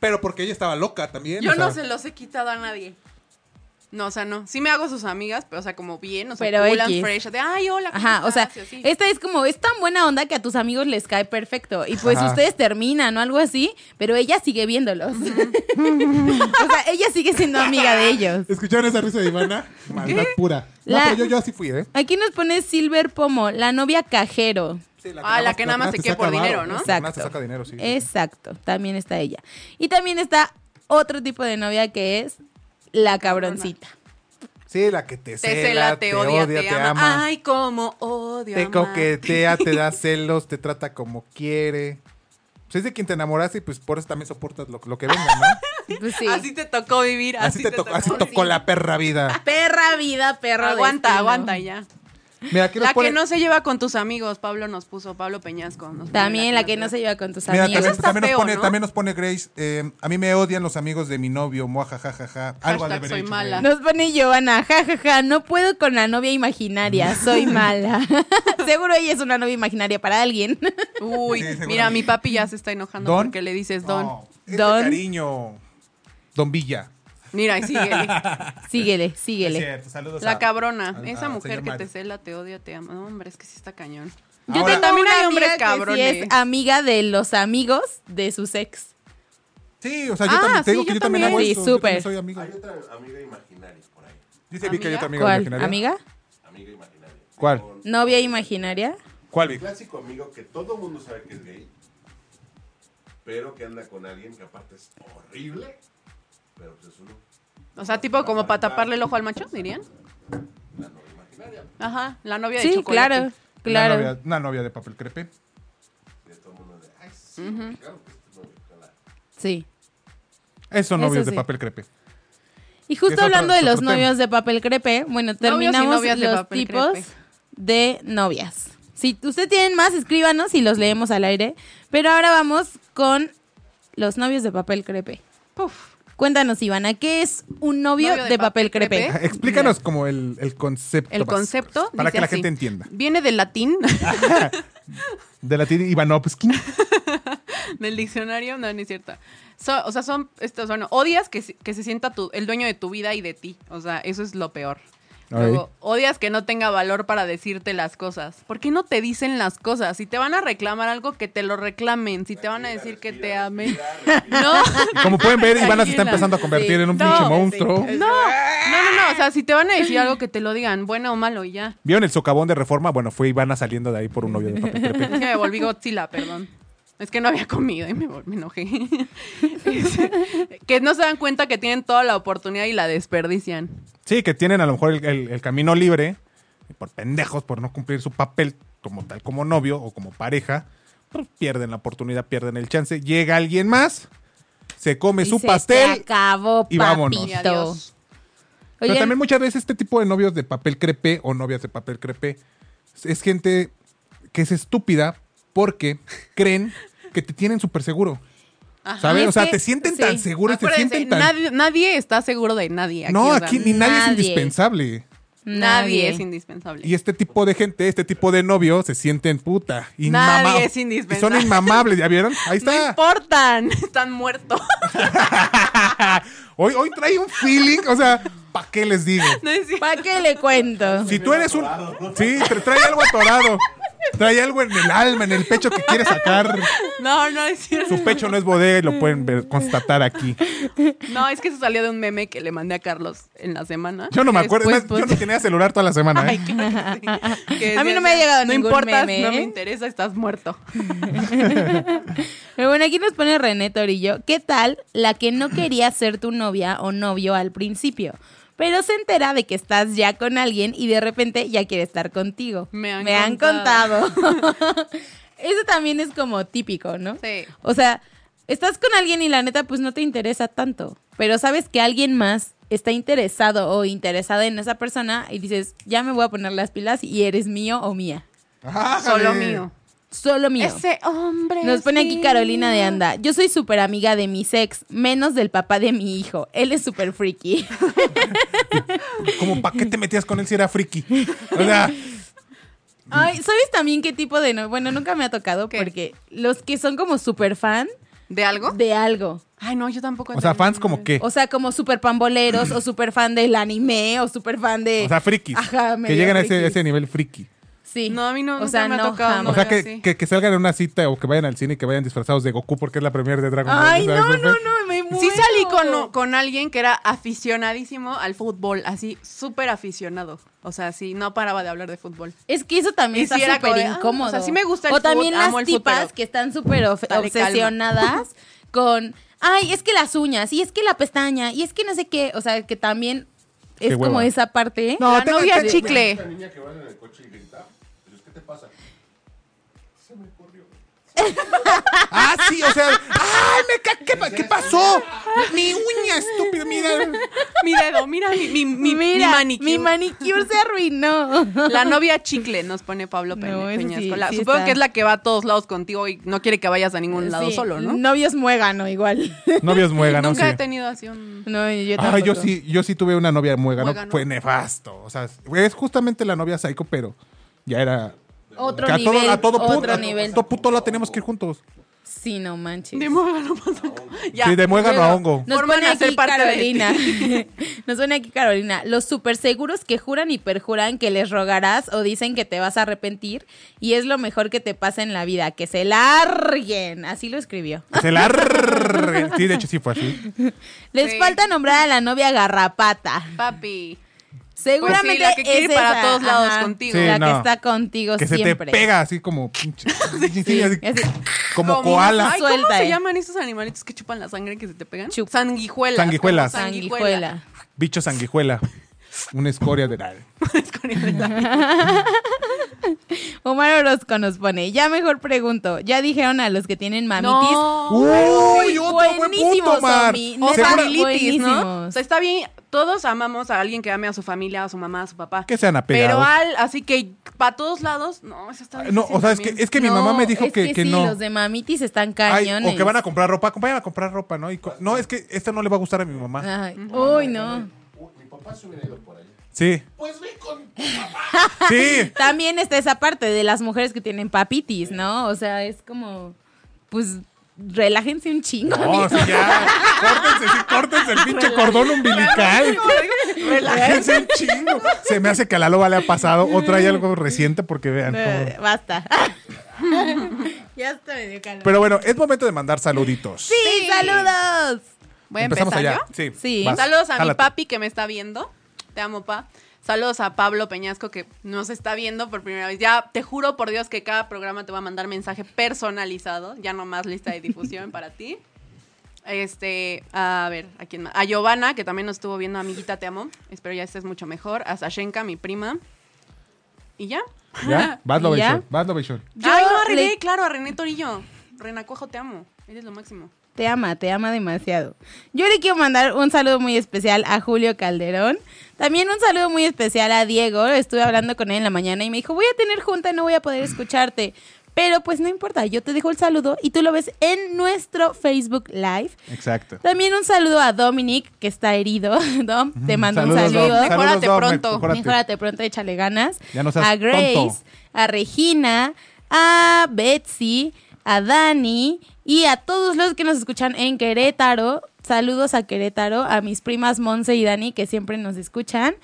Speaker 5: Pero porque ella estaba loca también.
Speaker 6: yo
Speaker 5: o sea,
Speaker 6: no se los he quitado a nadie. No, o sea, no. Sí me hago sus amigas, pero, o sea, como bien, o sea,
Speaker 4: Pero
Speaker 6: cool and
Speaker 4: X.
Speaker 6: fresh. De, ay, hola, ¿cómo
Speaker 4: Ajá, o sea,
Speaker 6: estás? Y así.
Speaker 4: esta es como, es tan buena onda que a tus amigos les cae perfecto. Y pues
Speaker 8: Ajá.
Speaker 4: ustedes terminan o algo así, pero ella sigue viéndolos. o sea, ella sigue siendo amiga de ellos.
Speaker 5: ¿Escucharon esa risa de Ivana? Maldad pura. No,
Speaker 4: La-
Speaker 5: pero yo, yo así fui, ¿eh?
Speaker 4: Aquí nos pone Silver Pomo, la novia cajero.
Speaker 5: Sí,
Speaker 6: Ah, la que nada más se quede
Speaker 5: saca
Speaker 6: por
Speaker 5: varo,
Speaker 6: dinero, ¿no?
Speaker 5: La que nada más
Speaker 4: Exacto.
Speaker 5: te saca dinero, sí.
Speaker 4: Exacto, también está ella. Y también está otro tipo de novia que es la cabroncita.
Speaker 8: Sí, la que te
Speaker 6: te
Speaker 8: cela,
Speaker 6: cela, te, odia, te, ama.
Speaker 8: ama,
Speaker 6: Ay, cómo odio
Speaker 8: te
Speaker 6: amar.
Speaker 8: coquetea, te da celos, te trata como quiere.
Speaker 5: Pues es de quien te enamoraste y pues por eso también soportas lo, lo que venga, ¿no?
Speaker 4: Pues sí.
Speaker 6: Así te tocó vivir, así,
Speaker 5: Así, te, tocó, así tocó la perra vida.
Speaker 4: Perra vida, perro.
Speaker 6: Aguanta,
Speaker 4: destino.
Speaker 6: aguanta ya.
Speaker 5: Mira, aquí nos
Speaker 6: La que
Speaker 5: ponen-
Speaker 6: no se lleva con tus amigos, Pablo nos puso, Pablo Peñasco. nos pone
Speaker 4: También la que no se
Speaker 6: lleva.
Speaker 4: lleva con tus
Speaker 5: Mira,
Speaker 4: amigos.
Speaker 5: también,
Speaker 6: está
Speaker 5: también
Speaker 6: feo,
Speaker 5: nos pone,
Speaker 6: ¿no?
Speaker 5: también nos pone Grace. eh, a mí me odian los amigos de mi novio, muajajajaja. Algo ha de
Speaker 6: Hashtag
Speaker 5: haber
Speaker 6: soy
Speaker 5: hecho,
Speaker 6: mala.
Speaker 5: güey.
Speaker 4: Nos pone Giovanna, jajaja, no puedo con la novia imaginaria, soy mala. Seguro ella es una novia imaginaria para alguien.
Speaker 6: Uy,
Speaker 5: Sí, seguramente. Oh.
Speaker 6: mira, mi papi ya se está enojando
Speaker 8: ¿Don?
Speaker 6: porque le dices
Speaker 5: No,
Speaker 6: Don.
Speaker 5: es de
Speaker 4: Don.
Speaker 5: cariño. Don Villa.
Speaker 6: Mira, y síguele.
Speaker 4: síguele, síguele.
Speaker 5: Cierto, saludos
Speaker 6: La
Speaker 5: a-
Speaker 6: cabrona.
Speaker 5: al-
Speaker 6: Esa
Speaker 5: al
Speaker 6: mujer
Speaker 5: señor
Speaker 6: que
Speaker 5: Mario.
Speaker 6: te cela, te odia, te ama. No, hombre, es que sí está cañón.
Speaker 4: Yo
Speaker 5: Ahora-
Speaker 4: tengo
Speaker 6: También
Speaker 4: una
Speaker 6: hay hombres
Speaker 4: amiga que sí
Speaker 6: cabrones.
Speaker 4: es amiga de los amigos de sus ex.
Speaker 5: Sí, o sea, yo
Speaker 6: Ah,
Speaker 5: también te digo
Speaker 6: sí,
Speaker 5: que
Speaker 6: yo
Speaker 5: yo también,
Speaker 6: también.
Speaker 5: hago
Speaker 4: Sí,
Speaker 5: eso, yo
Speaker 4: súper.
Speaker 5: también soy amigo.
Speaker 1: Hay otra amiga imaginaria por ahí.
Speaker 5: Dice Vic que
Speaker 6: ¿Amiga?
Speaker 5: hay otra amiga
Speaker 4: ¿Cuál?
Speaker 5: imaginaria.
Speaker 4: ¿Amiga?
Speaker 1: Amiga imaginaria.
Speaker 8: ¿Cuál?
Speaker 1: Con
Speaker 4: ¿Novia imaginaria?
Speaker 8: ¿Cuál,
Speaker 1: el clásico amigo que todo el mundo sabe que es gay, pero que anda con alguien que aparte es horrible, pero pues es uno.
Speaker 6: O sea, tipo como para taparle el ojo al macho, dirían. Ajá, la novia de
Speaker 4: Sí,
Speaker 6: chocolate.
Speaker 4: claro,
Speaker 8: Una
Speaker 4: claro.
Speaker 8: novia, una novia de papel crepe.
Speaker 4: Sí.
Speaker 8: Esos novios
Speaker 4: Eso
Speaker 8: de
Speaker 4: sí.
Speaker 8: papel crepe.
Speaker 4: Y
Speaker 8: Es
Speaker 4: justo
Speaker 8: otro-
Speaker 4: hablando de
Speaker 8: otro
Speaker 4: los
Speaker 8: tema.
Speaker 4: novios de papel crepe, bueno, terminamos
Speaker 6: novias de
Speaker 4: los
Speaker 6: papel
Speaker 4: tipos
Speaker 6: crepe.
Speaker 4: de novias. Si ustedes tienen más, escríbanos y los leemos al aire. Pero ahora vamos con los novios de papel crepe.
Speaker 6: Puf.
Speaker 4: Cuéntanos, Ivana, ¿qué es un novio, de, papel, crepé?
Speaker 5: Explícanos como el, el concepto.
Speaker 6: ¿Eh? El
Speaker 5: básico, pues,
Speaker 6: concepto
Speaker 5: Para
Speaker 6: dice
Speaker 5: que la
Speaker 6: así.
Speaker 5: gente entienda.
Speaker 6: Viene del latín,
Speaker 5: De la tía Ivanovsky.
Speaker 6: del diccionario, no, no es cierto. So- o sea, son estos, bueno, odias que, se- que se sienta tu- el dueño de tu vida y de ti. O sea, eso es lo peor. Luego, odias que no tenga valor para decirte las cosas. ¿Por qué no te dicen las cosas? Si te van a reclamar algo, que te lo reclamen. Si te van a decir que te amen. No.
Speaker 5: Y Como pueden ver, Ivana se está
Speaker 6: Tranquila.
Speaker 5: empezando a convertir
Speaker 4: Sí.
Speaker 5: en un
Speaker 6: No.
Speaker 5: pinche monstruo.
Speaker 6: No, no, no, no. O sea, si te van a decir algo que te lo digan, bueno o malo, y ya.
Speaker 5: ¿Vieron el socavón de reforma? Bueno, fue Ivana saliendo de ahí por un novio de papel crepe.
Speaker 6: Es que me volví Godzilla, perdón. Es que no había comido y me, vol- me enojé. Es- que no se dan cuenta que tienen toda la oportunidad y la desperdician.
Speaker 5: Sí, que tienen a lo mejor el, el- el camino libre, y por pendejos, por no cumplir su papel como tal, como novio o como pareja, pues pierden la oportunidad, pierden el chance. Llega alguien más, se come
Speaker 4: Y
Speaker 5: su
Speaker 4: se te
Speaker 5: Pues pastel.
Speaker 4: acabó,
Speaker 5: y vámonos.
Speaker 6: Y
Speaker 4: papito.
Speaker 6: adiós.
Speaker 5: Pero
Speaker 4: Oigan,
Speaker 5: también muchas veces este tipo de novios de papel crepe o novias de papel crepe es- es gente que es estúpida porque creen que te tienen súper seguro.
Speaker 4: Y
Speaker 5: ¿Saben?
Speaker 4: es
Speaker 5: O sea,
Speaker 4: que-
Speaker 5: te sienten
Speaker 4: sí.
Speaker 5: tan seguros, te
Speaker 6: Acuérdense,
Speaker 5: sienten tan...
Speaker 6: nadie, nadie está seguro de nadie. Aquí,
Speaker 5: no,
Speaker 6: o sea,
Speaker 5: aquí ni nadie, es
Speaker 4: nadie.
Speaker 5: indispensable.
Speaker 6: nadie,
Speaker 4: nadie.
Speaker 6: es indispensable.
Speaker 5: Y este tipo de gente, este tipo de novio, se sienten puta. inmama-
Speaker 6: Nadie es
Speaker 5: Y son
Speaker 6: indispensable.
Speaker 5: inmamables, ¿ya vieron? Ahí
Speaker 6: No
Speaker 5: está.
Speaker 6: importan, están muertos.
Speaker 5: hoy, hoy trae un feeling, o sea, ¿para qué les digo?
Speaker 6: No es cierto.
Speaker 4: ¿Para qué le cuento?
Speaker 5: Si tú eres un... Sí, tra- trae algo atorado. Trae algo en el alma, en el pecho que quiere sacar.
Speaker 6: No, no es cierto.
Speaker 5: Su pecho no es bodega y lo pueden ver- constatar aquí.
Speaker 6: No, es que se salió de un meme que le mandé a Carlos en la semana.
Speaker 5: Yo no me
Speaker 4: Pues,
Speaker 6: Que
Speaker 5: acuerdo, es
Speaker 6: después
Speaker 5: más, yo no tenía celular toda la semana.
Speaker 6: Ay,
Speaker 5: ¿eh?
Speaker 6: claro que sí. Que
Speaker 4: A mí
Speaker 6: decía,
Speaker 4: no me ha llegado
Speaker 6: No
Speaker 4: ningún
Speaker 6: importas,
Speaker 4: meme,
Speaker 6: no
Speaker 4: ¿eh?
Speaker 6: me interesa, estás muerto.
Speaker 4: Pero bueno, aquí nos pone René Torillo. ¿Qué tal la que no quería ser tu novia o novio al principio? Pero se entera de que estás ya con alguien y de repente ya quiere estar contigo.
Speaker 6: Me han
Speaker 4: contado.
Speaker 6: contado.
Speaker 4: Eso también es como típico, ¿no?
Speaker 6: Sí.
Speaker 4: O sea, estás con alguien y la neta pues no te interesa tanto, pero sabes que alguien más está interesado o interesada en esa persona y dices, ya me voy a poner las pilas y eres mío o mía.
Speaker 6: Solo mío.
Speaker 4: Solo mío.
Speaker 6: Ese hombre.
Speaker 4: Nos pone
Speaker 6: sí.
Speaker 4: aquí Carolina de Anda. Yo soy súper amiga de mis ex, menos del papá de mi hijo. Él es súper friki.
Speaker 5: Como, ¿para qué te metías con él si era friki? O sea,
Speaker 4: Ay, ¿sabes también qué tipo de no? Bueno, nunca me ha tocado
Speaker 6: ¿Qué?
Speaker 4: porque los que son como súper fan
Speaker 6: ¿De algo?
Speaker 4: de algo.
Speaker 6: Ay, no, yo tampoco.
Speaker 5: o sea,
Speaker 6: entendí.
Speaker 5: fans como qué.
Speaker 4: O sea, como súper pamboleros o súper fan del anime o súper fan de.
Speaker 5: O sea, frikis.
Speaker 4: Ajá, medio
Speaker 5: que llegan a ese,
Speaker 4: frikis. Ah,
Speaker 5: ese nivel friki.
Speaker 4: Sí.
Speaker 6: No, a mí
Speaker 4: O
Speaker 6: no, nunca
Speaker 4: sea,
Speaker 6: me ha
Speaker 4: no,
Speaker 6: tocado,
Speaker 4: jamás.
Speaker 5: O sea,
Speaker 6: Ahora
Speaker 5: que,
Speaker 6: sí.
Speaker 5: que, que salgan a una cita o que vayan al cine y que vayan disfrazados de Goku porque es la premier de Dragon Ball.
Speaker 4: Ay,
Speaker 5: ¿sabes?
Speaker 4: no,
Speaker 5: Eso
Speaker 4: no,
Speaker 5: fue-
Speaker 4: no, me muero.
Speaker 6: Sí salí con, con alguien que era aficionadísimo al fútbol, así súper aficionado. O sea, sí, no paraba de hablar de fútbol.
Speaker 4: Es que eso también
Speaker 6: Y
Speaker 4: está
Speaker 6: sí era como
Speaker 4: súper
Speaker 6: de, ah,
Speaker 4: incómodo.
Speaker 6: o sea, sí me gusta el
Speaker 4: O también
Speaker 6: fut,
Speaker 4: las
Speaker 6: amo el fut,
Speaker 4: tipas
Speaker 6: pero-
Speaker 4: que están súper of-
Speaker 6: Dale, calma.
Speaker 4: obsesionadas con, ay, es que las uñas, y es que la pestaña, y es que no sé qué. O sea, que también
Speaker 5: Qué
Speaker 4: es como
Speaker 5: hueva.
Speaker 4: esa parte. ¿eh?
Speaker 6: La
Speaker 5: tengo-
Speaker 6: novia
Speaker 5: tengo-
Speaker 7: La
Speaker 6: chicle.
Speaker 7: niña que va en el coche y grita, pues, ¿qué te pasa? Se me corrió.
Speaker 5: Ah, sí, o sea, ay, me ca- ¿qué, pa- qué pasó? Mi uña, estúpida, mira.
Speaker 6: Mi dedo, mira mi, mi, mi,
Speaker 4: Mira,
Speaker 6: mi maniquí.
Speaker 4: mi manicure se arruinó.
Speaker 6: La novia chicle nos pone Pablo Pe-
Speaker 4: No, eso sí,
Speaker 6: Peñasco. La-
Speaker 4: sí
Speaker 6: supongo
Speaker 4: está.
Speaker 6: que es la que va a todos lados contigo y no quiere que vayas a ningún lado
Speaker 4: Sí,
Speaker 6: solo, ¿no?
Speaker 4: Novios muégano igual.
Speaker 5: Novias muéganos.
Speaker 6: Nunca
Speaker 5: sí.
Speaker 6: he tenido así un...
Speaker 4: No, yo
Speaker 5: Ah, yo
Speaker 4: tampoco.
Speaker 5: sí, yo sí tuve una novia muégano.
Speaker 6: Muégano.
Speaker 5: Fue nefasto. O sea, es justamente la novia psycho, pero ya era.
Speaker 4: Otro
Speaker 5: que a todo,
Speaker 4: nivel,
Speaker 5: a todo
Speaker 4: otro
Speaker 5: puto, a
Speaker 4: nivel.
Speaker 5: todo puto lo tenemos que ir juntos.
Speaker 4: Sí, no manches.
Speaker 6: De muégano pasa.
Speaker 5: Sí, de muégano a hongo.
Speaker 4: Nos
Speaker 6: Forman
Speaker 4: pone
Speaker 6: a
Speaker 4: aquí
Speaker 6: ser parte de
Speaker 4: Carolina. Nos pone aquí Carolina. Los super seguros que juran y perjuran que les rogarás o dicen que te vas a arrepentir y es lo mejor que te pasa en la vida, que se larguen. Así lo escribió.
Speaker 5: Se la. arre- Sí, de hecho sí fue así.
Speaker 4: Les
Speaker 6: Sí.
Speaker 4: falta nombrar a la novia garrapata.
Speaker 6: Papi.
Speaker 4: Seguramente
Speaker 6: Pues sí, la que quiere
Speaker 4: es
Speaker 6: ir para
Speaker 4: esa,
Speaker 6: todos lados contigo.
Speaker 5: Sí,
Speaker 4: la que
Speaker 5: no.
Speaker 4: está contigo
Speaker 5: Que se te
Speaker 4: siempre.
Speaker 5: pega así como pinche. sí,
Speaker 4: Sí,
Speaker 5: así,
Speaker 4: así.
Speaker 5: como
Speaker 4: Como
Speaker 5: koala.
Speaker 6: Ay, ¿cómo
Speaker 4: Suelta, eh.
Speaker 6: se llaman esos animalitos que chupan la sangre que se te pegan?
Speaker 4: Chup.
Speaker 6: Sanguijuelas.
Speaker 5: Sanguijuelas.
Speaker 6: como
Speaker 4: Sanguijuela.
Speaker 5: Bicho sanguijuela. Una escoria de la.
Speaker 4: Omar Orozco nos pone, ya mejor pregunto, ya dijeron a los que tienen mamitis.
Speaker 6: No.
Speaker 5: Uy, otro buen
Speaker 4: buenísimos,
Speaker 5: punto, Mar.
Speaker 4: Omi,
Speaker 6: O
Speaker 4: neta,
Speaker 5: Segura-
Speaker 6: familitis, ¿no?
Speaker 4: buenísimos.
Speaker 6: O sea, está bien todos amamos a alguien que ame a su familia, a su mamá, a su papá.
Speaker 5: Que sean
Speaker 6: Pero
Speaker 5: apegados.
Speaker 6: al, así que para todos lados, no, eso está
Speaker 5: Ah, No, o sea, es que, es que mi mamá me dijo
Speaker 4: es
Speaker 5: que, que
Speaker 4: sí,
Speaker 5: no.
Speaker 4: los de mamitis están
Speaker 5: Ay,
Speaker 4: cañones.
Speaker 5: o que van a comprar ropa, acompáñame a comprar ropa, ¿no? Y co- no, es que esta no le va a gustar a mi mamá.
Speaker 4: Ay, uy, no.
Speaker 7: Uy, mi papá se hubiera ido por allá.
Speaker 5: Sí.
Speaker 7: Pues ve con.
Speaker 5: Sí.
Speaker 4: También está esa parte de las mujeres que tienen papitis, ¿no? O sea, es como, pues, relájense un chingo,
Speaker 5: No,
Speaker 4: amigos.
Speaker 5: sí, ya. Córtense, sí, córtense el pinche cordón umbilical. Relájense un chingo. Se me hace que a Lalo vale ha pasado o trae algo reciente porque vean. cómo-
Speaker 4: Eh, Basta. ya está medio calor.
Speaker 5: Pero bueno, es momento de mandar saluditos.
Speaker 4: sí, saludos.
Speaker 6: Voy a
Speaker 5: Empezamos
Speaker 6: empezar
Speaker 5: allá.
Speaker 6: yo.
Speaker 5: Sí.
Speaker 4: Sí.
Speaker 5: vas,
Speaker 6: Saludos a mi
Speaker 5: jálate.
Speaker 6: papi que me está viendo. Te amo, pa. Saludos a Pablo Peñasco que nos está viendo por primera vez. Ya te juro por Dios que cada programa te va a mandar mensaje personalizado, ya nomás lista de difusión para ti. Este, a ver, a quién más? A Giovanna, que también nos estuvo viendo, amiguita, te amo. Espero ya estés mucho mejor. A Sashenka, mi prima. ¿Y ya?
Speaker 5: ¿Ya? Vas,
Speaker 4: ¿Ya?
Speaker 5: Lovation. Vas, Lovation.
Speaker 4: Yo
Speaker 6: Ay, no, a René,
Speaker 4: le-
Speaker 6: claro, a René Torillo. Renacuajo, te amo. Eres lo máximo.
Speaker 4: Te ama, te ama demasiado. Yo le quiero mandar un saludo muy especial a Julio Calderón. También un saludo muy especial a Diego. Estuve hablando con él en la mañana y me dijo, voy a tener junta y no voy a poder escucharte. Pero pues no importa, yo te dejo el saludo y tú lo ves en nuestro Facebook Live.
Speaker 5: Exacto.
Speaker 4: También un saludo a Dominic, que está herido. Dom, te mando un
Speaker 5: Saludos,
Speaker 4: saludo.
Speaker 5: Dom.
Speaker 6: Mejórate
Speaker 5: Dom,
Speaker 6: pronto.
Speaker 5: mejórate.
Speaker 4: Mejórate pronto, échale ganas.
Speaker 5: Ya no seas
Speaker 4: a Grace,
Speaker 5: tonto.
Speaker 4: a Regina, a Betsy, a Dani y a todos los que nos escuchan en Querétaro. Saludos a Querétaro, a mis primas Monse y Dani que siempre nos escuchan.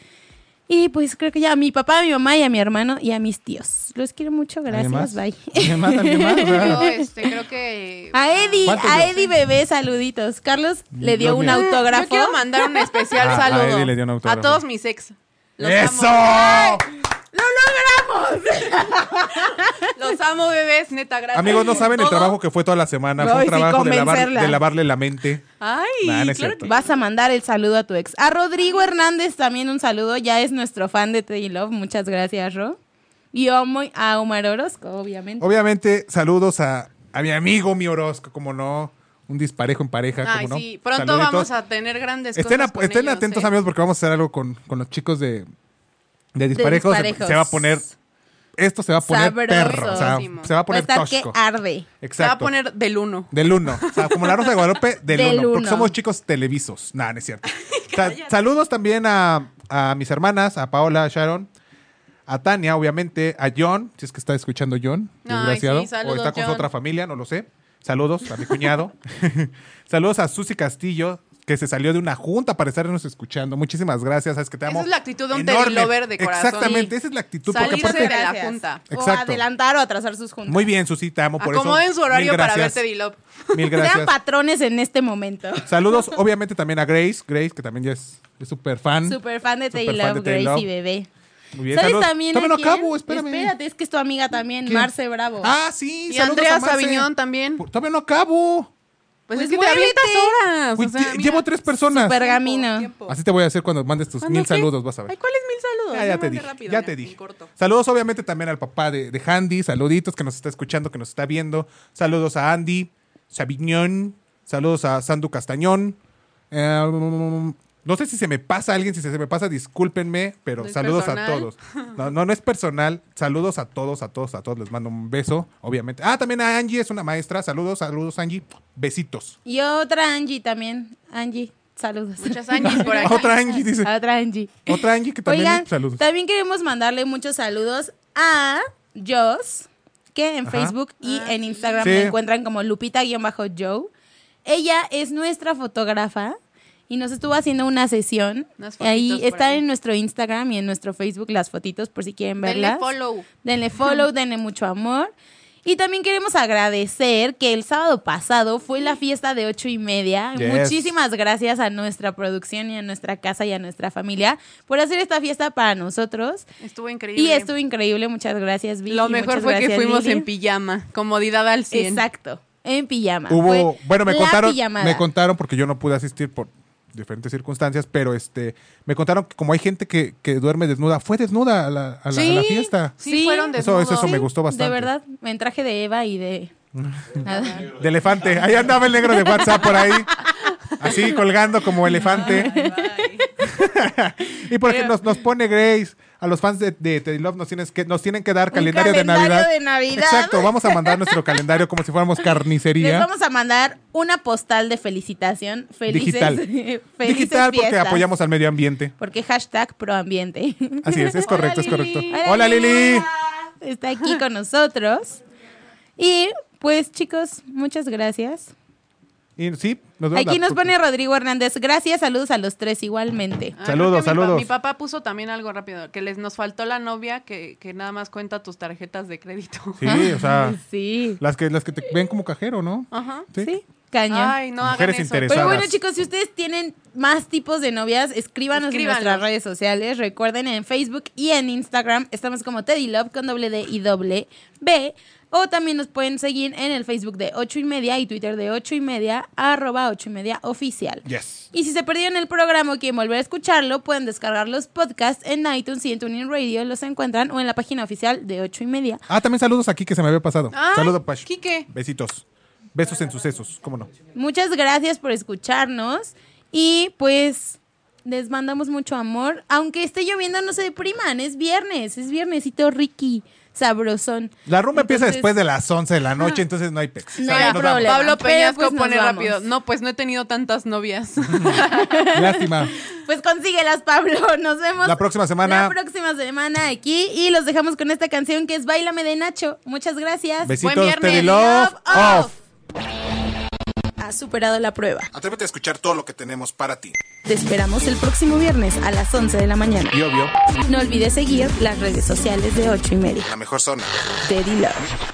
Speaker 4: Y pues creo que ya a mi papá, a mi mamá y a mi hermano y a mis tíos. Los quiero mucho,
Speaker 5: ¿Alguien
Speaker 4: gracias,
Speaker 5: más?
Speaker 4: bye.
Speaker 5: ¿Alguien más? ¿Alguien más? O sea,
Speaker 6: Yo, este, creo que...
Speaker 4: A Eddie,
Speaker 5: Falto
Speaker 4: a
Speaker 5: yo.
Speaker 4: Eddie bebé, saluditos. Carlos le dio
Speaker 5: Dios
Speaker 4: un
Speaker 5: mío.
Speaker 4: autógrafo.
Speaker 6: Yo quiero mandar un especial
Speaker 5: Ah, a
Speaker 6: saludo
Speaker 5: Eddie le dio un
Speaker 6: a
Speaker 5: autógrafo.
Speaker 6: todos mis ex. Los
Speaker 5: ¡Eso!
Speaker 6: Amo. Los amo, bebés, neta, gracias.
Speaker 5: Amigos, no saben el
Speaker 6: Todo.
Speaker 5: trabajo que fue toda la semana.
Speaker 4: No,
Speaker 5: fue
Speaker 4: y
Speaker 5: un
Speaker 4: sí,
Speaker 5: trabajo de, lavar-
Speaker 4: convencerla.
Speaker 5: de lavarle la mente.
Speaker 6: Ay,
Speaker 5: Nah, no es
Speaker 6: claro
Speaker 5: cierto.
Speaker 6: que
Speaker 4: Vas a mandar el saludo a tu ex. A Rodrigo Hernández también un saludo. Ya es nuestro fan de Teddy Love. Muchas gracias, Ro. Y a Omo- a Omar Orozco, obviamente.
Speaker 5: Obviamente, saludos a, a mi amigo, mi Orozco, como no. Un disparejo en pareja,
Speaker 6: Ay,
Speaker 5: como no.
Speaker 6: sí, pronto
Speaker 5: Saluditos.
Speaker 6: vamos a tener grandes
Speaker 5: Estén,
Speaker 6: cosas
Speaker 5: ap-
Speaker 6: con
Speaker 5: estén
Speaker 6: ellos,
Speaker 5: atentos,
Speaker 6: ¿eh?
Speaker 5: amigos, porque vamos a hacer algo con, con los chicos de, de disparejos. Se-
Speaker 4: Disparejos.
Speaker 5: Se va a poner. Esto se va a poner
Speaker 4: Sabroso.
Speaker 5: perro. o sea,
Speaker 6: Buenísimo.
Speaker 5: se va a poner
Speaker 4: Va a estar
Speaker 5: tosco.
Speaker 4: que arde.
Speaker 6: Se va a
Speaker 5: Exacto.
Speaker 6: poner del uno.
Speaker 5: Del uno. O sea, como la Rosa de Guadalupe, del,
Speaker 4: Del
Speaker 5: uno. Porque
Speaker 4: uno.
Speaker 5: somos chicos televisos. Nada, no es cierto. Sa- saludos también a, a mis hermanas, a Paola, a Sharon, a Tania, obviamente, a John, si es que está escuchando John,
Speaker 6: Ay,
Speaker 5: desgraciado.
Speaker 6: sí, saludos,
Speaker 5: o está con su
Speaker 6: John.
Speaker 5: otra familia, no lo sé. Saludos a mi cuñado. saludos a Susi Castillo, que se salió de una junta para estarnos escuchando. Muchísimas gracias. Sabes que te
Speaker 6: Esa
Speaker 5: amo.
Speaker 6: es la actitud de un
Speaker 5: Enorme.
Speaker 6: telelover de corazón.
Speaker 5: Exactamente,
Speaker 6: Sí.
Speaker 5: esa es la actitud. Porque
Speaker 6: Salirse
Speaker 5: aparte,
Speaker 6: de la
Speaker 4: Gracias.
Speaker 6: junta.
Speaker 4: O
Speaker 5: Exacto.
Speaker 4: adelantar o atrasar sus juntas.
Speaker 5: muy bien, Susi, te amo por
Speaker 6: Acomoden
Speaker 5: eso.
Speaker 6: su horario
Speaker 5: Mil
Speaker 6: para ver
Speaker 5: gracias.
Speaker 6: Teddy Love.
Speaker 5: Mil
Speaker 4: Sean
Speaker 5: gracias.
Speaker 4: patrones en este momento.
Speaker 5: Saludos, obviamente, también a Grace. Grace, que también ya es es súper fan.
Speaker 4: Super fan de Teddy
Speaker 5: Súper fan
Speaker 4: Love,
Speaker 5: de Teddy
Speaker 4: Grace y
Speaker 5: Love.
Speaker 4: Bebé.
Speaker 5: Muy bien,
Speaker 4: ¿Sabes
Speaker 5: saludos.
Speaker 4: también
Speaker 5: Todavía
Speaker 4: a
Speaker 5: no
Speaker 6: ¿eh?
Speaker 4: quién?
Speaker 5: acabo, espérame.
Speaker 4: Espérate, es que es tu amiga también,
Speaker 5: ¿Quién?
Speaker 4: Marce Bravo.
Speaker 5: Ah, sí,
Speaker 6: Y
Speaker 5: saludos
Speaker 6: Andrea
Speaker 5: a Marce. Pues,
Speaker 6: Sabiñón también.
Speaker 5: Por- Todavía no acabo.
Speaker 6: Pues,
Speaker 4: Pues
Speaker 6: es que te
Speaker 4: muévete.
Speaker 6: avientas horas.
Speaker 5: Uy,
Speaker 6: o sea,
Speaker 5: lle-
Speaker 6: mira.
Speaker 5: llevo tres personas.
Speaker 4: Pergamino.
Speaker 6: Tiempo.
Speaker 5: Así te voy a hacer cuando mandes tus
Speaker 6: ¿Cuándo
Speaker 5: mil
Speaker 6: qué?
Speaker 5: saludos, vas a
Speaker 6: Ay,
Speaker 5: ver.
Speaker 6: ¿cuáles mil saludos?
Speaker 5: Ah, ya te
Speaker 6: Mándame
Speaker 5: dije,
Speaker 6: rápido,
Speaker 5: ya
Speaker 6: mira,
Speaker 5: te
Speaker 6: en
Speaker 5: dije.
Speaker 6: corto.
Speaker 5: Saludos obviamente también al papá de, de Handy, saluditos que nos está escuchando, que nos está viendo. Saludos a Andy, Sabiñón, saludos a Sandu Castañón. Eh, mm, no sé si se me pasa alguien, si se me pasa, discúlpenme, pero
Speaker 6: No es
Speaker 5: saludos a
Speaker 6: personal.
Speaker 5: todos. No, no, no es personal. Saludos a todos, a todos, a todos. Les mando un beso, obviamente. Ah, también a Angie, es una maestra. Saludos, saludos, Angie. Besitos.
Speaker 4: Y otra Angie también. Angie, saludos.
Speaker 6: Muchas Angies por aquí.
Speaker 5: Otra Angie, dice.
Speaker 4: A otra Angie.
Speaker 5: Otra Angie que también.
Speaker 4: Oigan,
Speaker 5: saludos.
Speaker 4: también queremos mandarle muchos saludos a Joss, que en
Speaker 5: Ajá.
Speaker 4: Facebook y
Speaker 6: Ah,
Speaker 4: en Instagram
Speaker 5: Sí.
Speaker 4: me encuentran como Lupita-Joe. Ella es nuestra fotógrafa y nos estuvo haciendo una sesión.
Speaker 6: Unas fotitos
Speaker 4: Ahí
Speaker 6: por
Speaker 4: están
Speaker 6: ahí.
Speaker 4: en nuestro Instagram y en nuestro Facebook las fotitos por si quieren
Speaker 6: Denle
Speaker 4: verlas.
Speaker 6: follow.
Speaker 4: Denle follow, denle mucho amor. Y también queremos agradecer que el sábado pasado fue la fiesta de ocho y media.
Speaker 5: Yes.
Speaker 4: Muchísimas gracias a nuestra producción y a nuestra casa y a nuestra familia por hacer esta fiesta para nosotros.
Speaker 6: Estuvo increíble.
Speaker 4: Y estuvo increíble, muchas gracias, Vicky.
Speaker 6: Lo mejor
Speaker 4: muchas
Speaker 6: fue que
Speaker 4: gracias,
Speaker 6: fuimos
Speaker 4: Lili.
Speaker 6: en pijama, comodidad al 100.
Speaker 4: Exacto, en pijama.
Speaker 5: Hubo,
Speaker 4: Ah, Fue
Speaker 5: bueno, me
Speaker 4: la
Speaker 5: contaron,
Speaker 4: pijamada.
Speaker 5: me contaron porque yo no pude asistir por diferentes circunstancias, pero este, me contaron que como hay gente que, que duerme desnuda, fue desnuda a la, a la- a la
Speaker 4: Sí.
Speaker 5: fiesta.
Speaker 6: Sí,
Speaker 4: Sí.
Speaker 6: fueron
Speaker 5: Eso-
Speaker 6: desnudos.
Speaker 5: eso- eso me gustó bastante.
Speaker 4: De verdad, en traje de Eva y de... Nada.
Speaker 5: De elefante. Ahí andaba el negro de WhatsApp por ahí, así colgando como elefante.
Speaker 6: Ay, bye.
Speaker 5: Y por
Speaker 6: Pero-
Speaker 5: ejemplo, nos, nos pone Grace, a los fans de, de Teddy Love nos, tienes que, nos tienen que dar
Speaker 4: Un
Speaker 5: calendario, de
Speaker 4: calendario
Speaker 5: Navidad.
Speaker 4: de Navidad.
Speaker 5: Exacto, vamos a mandar nuestro calendario como si fuéramos
Speaker 4: Les
Speaker 5: carnicería.
Speaker 4: vamos a mandar una postal de felicitación. Felices,
Speaker 5: Digital.
Speaker 4: felices
Speaker 5: Digital porque
Speaker 4: fiestas.
Speaker 5: apoyamos al medio ambiente.
Speaker 4: Porque hashtag proambiente.
Speaker 5: Así es, es correcto, es correcto.
Speaker 4: Hola,
Speaker 5: Hola Lili.
Speaker 4: Está aquí con nosotros. Y pues chicos, muchas gracias.
Speaker 5: Y sí, nos vemos
Speaker 4: Aquí
Speaker 5: la-
Speaker 4: nos pone Rodrigo Hernández. Gracias, saludos a los tres igualmente.
Speaker 6: Ah,
Speaker 5: Saludos,
Speaker 6: creo que mi pa-
Speaker 5: saludos.
Speaker 6: Mi, papá puso también algo rápido, que les nos faltó la novia que, que nada más cuenta tus tarjetas de crédito.
Speaker 5: Sí, o sea,
Speaker 4: Sí.
Speaker 5: las que, las que te ven como cajero, ¿no?
Speaker 6: Ajá.
Speaker 5: Ah. Sí.
Speaker 4: Sí, cañón.
Speaker 6: Ay, no hagan
Speaker 5: Mujeres
Speaker 6: eso.
Speaker 5: interesadas.
Speaker 4: Pero bueno,
Speaker 5: pesadas.
Speaker 4: chicos, si ustedes tienen más tipos de novias, escríbanos en nuestras
Speaker 6: Escríbanos.
Speaker 4: redes sociales. Recuerden, en Facebook y en Instagram estamos como Teddy Love con doble D y doble B. O también nos pueden seguir en el Facebook de 8 y media y Twitter de 8 y media, arroba 8 y media oficial.
Speaker 5: Yes.
Speaker 4: Y si se perdieron el programa o quieren volver a escucharlo, pueden descargar los podcasts en iTunes y en TuneIn Radio. Los encuentran o en la página oficial de 8 y media.
Speaker 5: Ah, también saludos aquí que se me había pasado.
Speaker 6: Ay,
Speaker 5: Saludos, Pash.
Speaker 6: Quique.
Speaker 5: Besitos. Besos en sus sesos, cómo no.
Speaker 4: Muchas gracias por escucharnos y pues les mandamos mucho amor. Aunque esté lloviendo, no se depriman, es viernes, es viernesito Ricky, sabrosón.
Speaker 5: La rumba empieza
Speaker 4: Entonces-
Speaker 5: después de las 11 de la noche, entonces no hay pex.
Speaker 4: No
Speaker 5: O sea,
Speaker 4: hay
Speaker 5: ya nos vamos.
Speaker 4: problema.
Speaker 6: Pablo
Speaker 4: Pero
Speaker 6: Peñasco
Speaker 4: pues nos
Speaker 6: pone
Speaker 4: vamos.
Speaker 6: rápido. No, pues no he tenido tantas novias.
Speaker 5: Lástima.
Speaker 4: Pues consíguelas, Pablo. Nos vemos
Speaker 5: La próxima semana.
Speaker 4: La próxima semana aquí y los dejamos con esta canción que es Bailame de Nacho. Muchas gracias.
Speaker 5: Besitos,
Speaker 6: viernes.
Speaker 5: Teddy Love.
Speaker 4: Love
Speaker 5: Off.
Speaker 4: Ha superado la prueba.
Speaker 2: Atrévete a escuchar todo lo que tenemos para ti.
Speaker 4: Te esperamos el próximo viernes a las 11 de la mañana.
Speaker 5: Y obvio.
Speaker 4: No olvides seguir las redes sociales de 8 y media.
Speaker 2: La mejor zona.
Speaker 4: Teddy Love.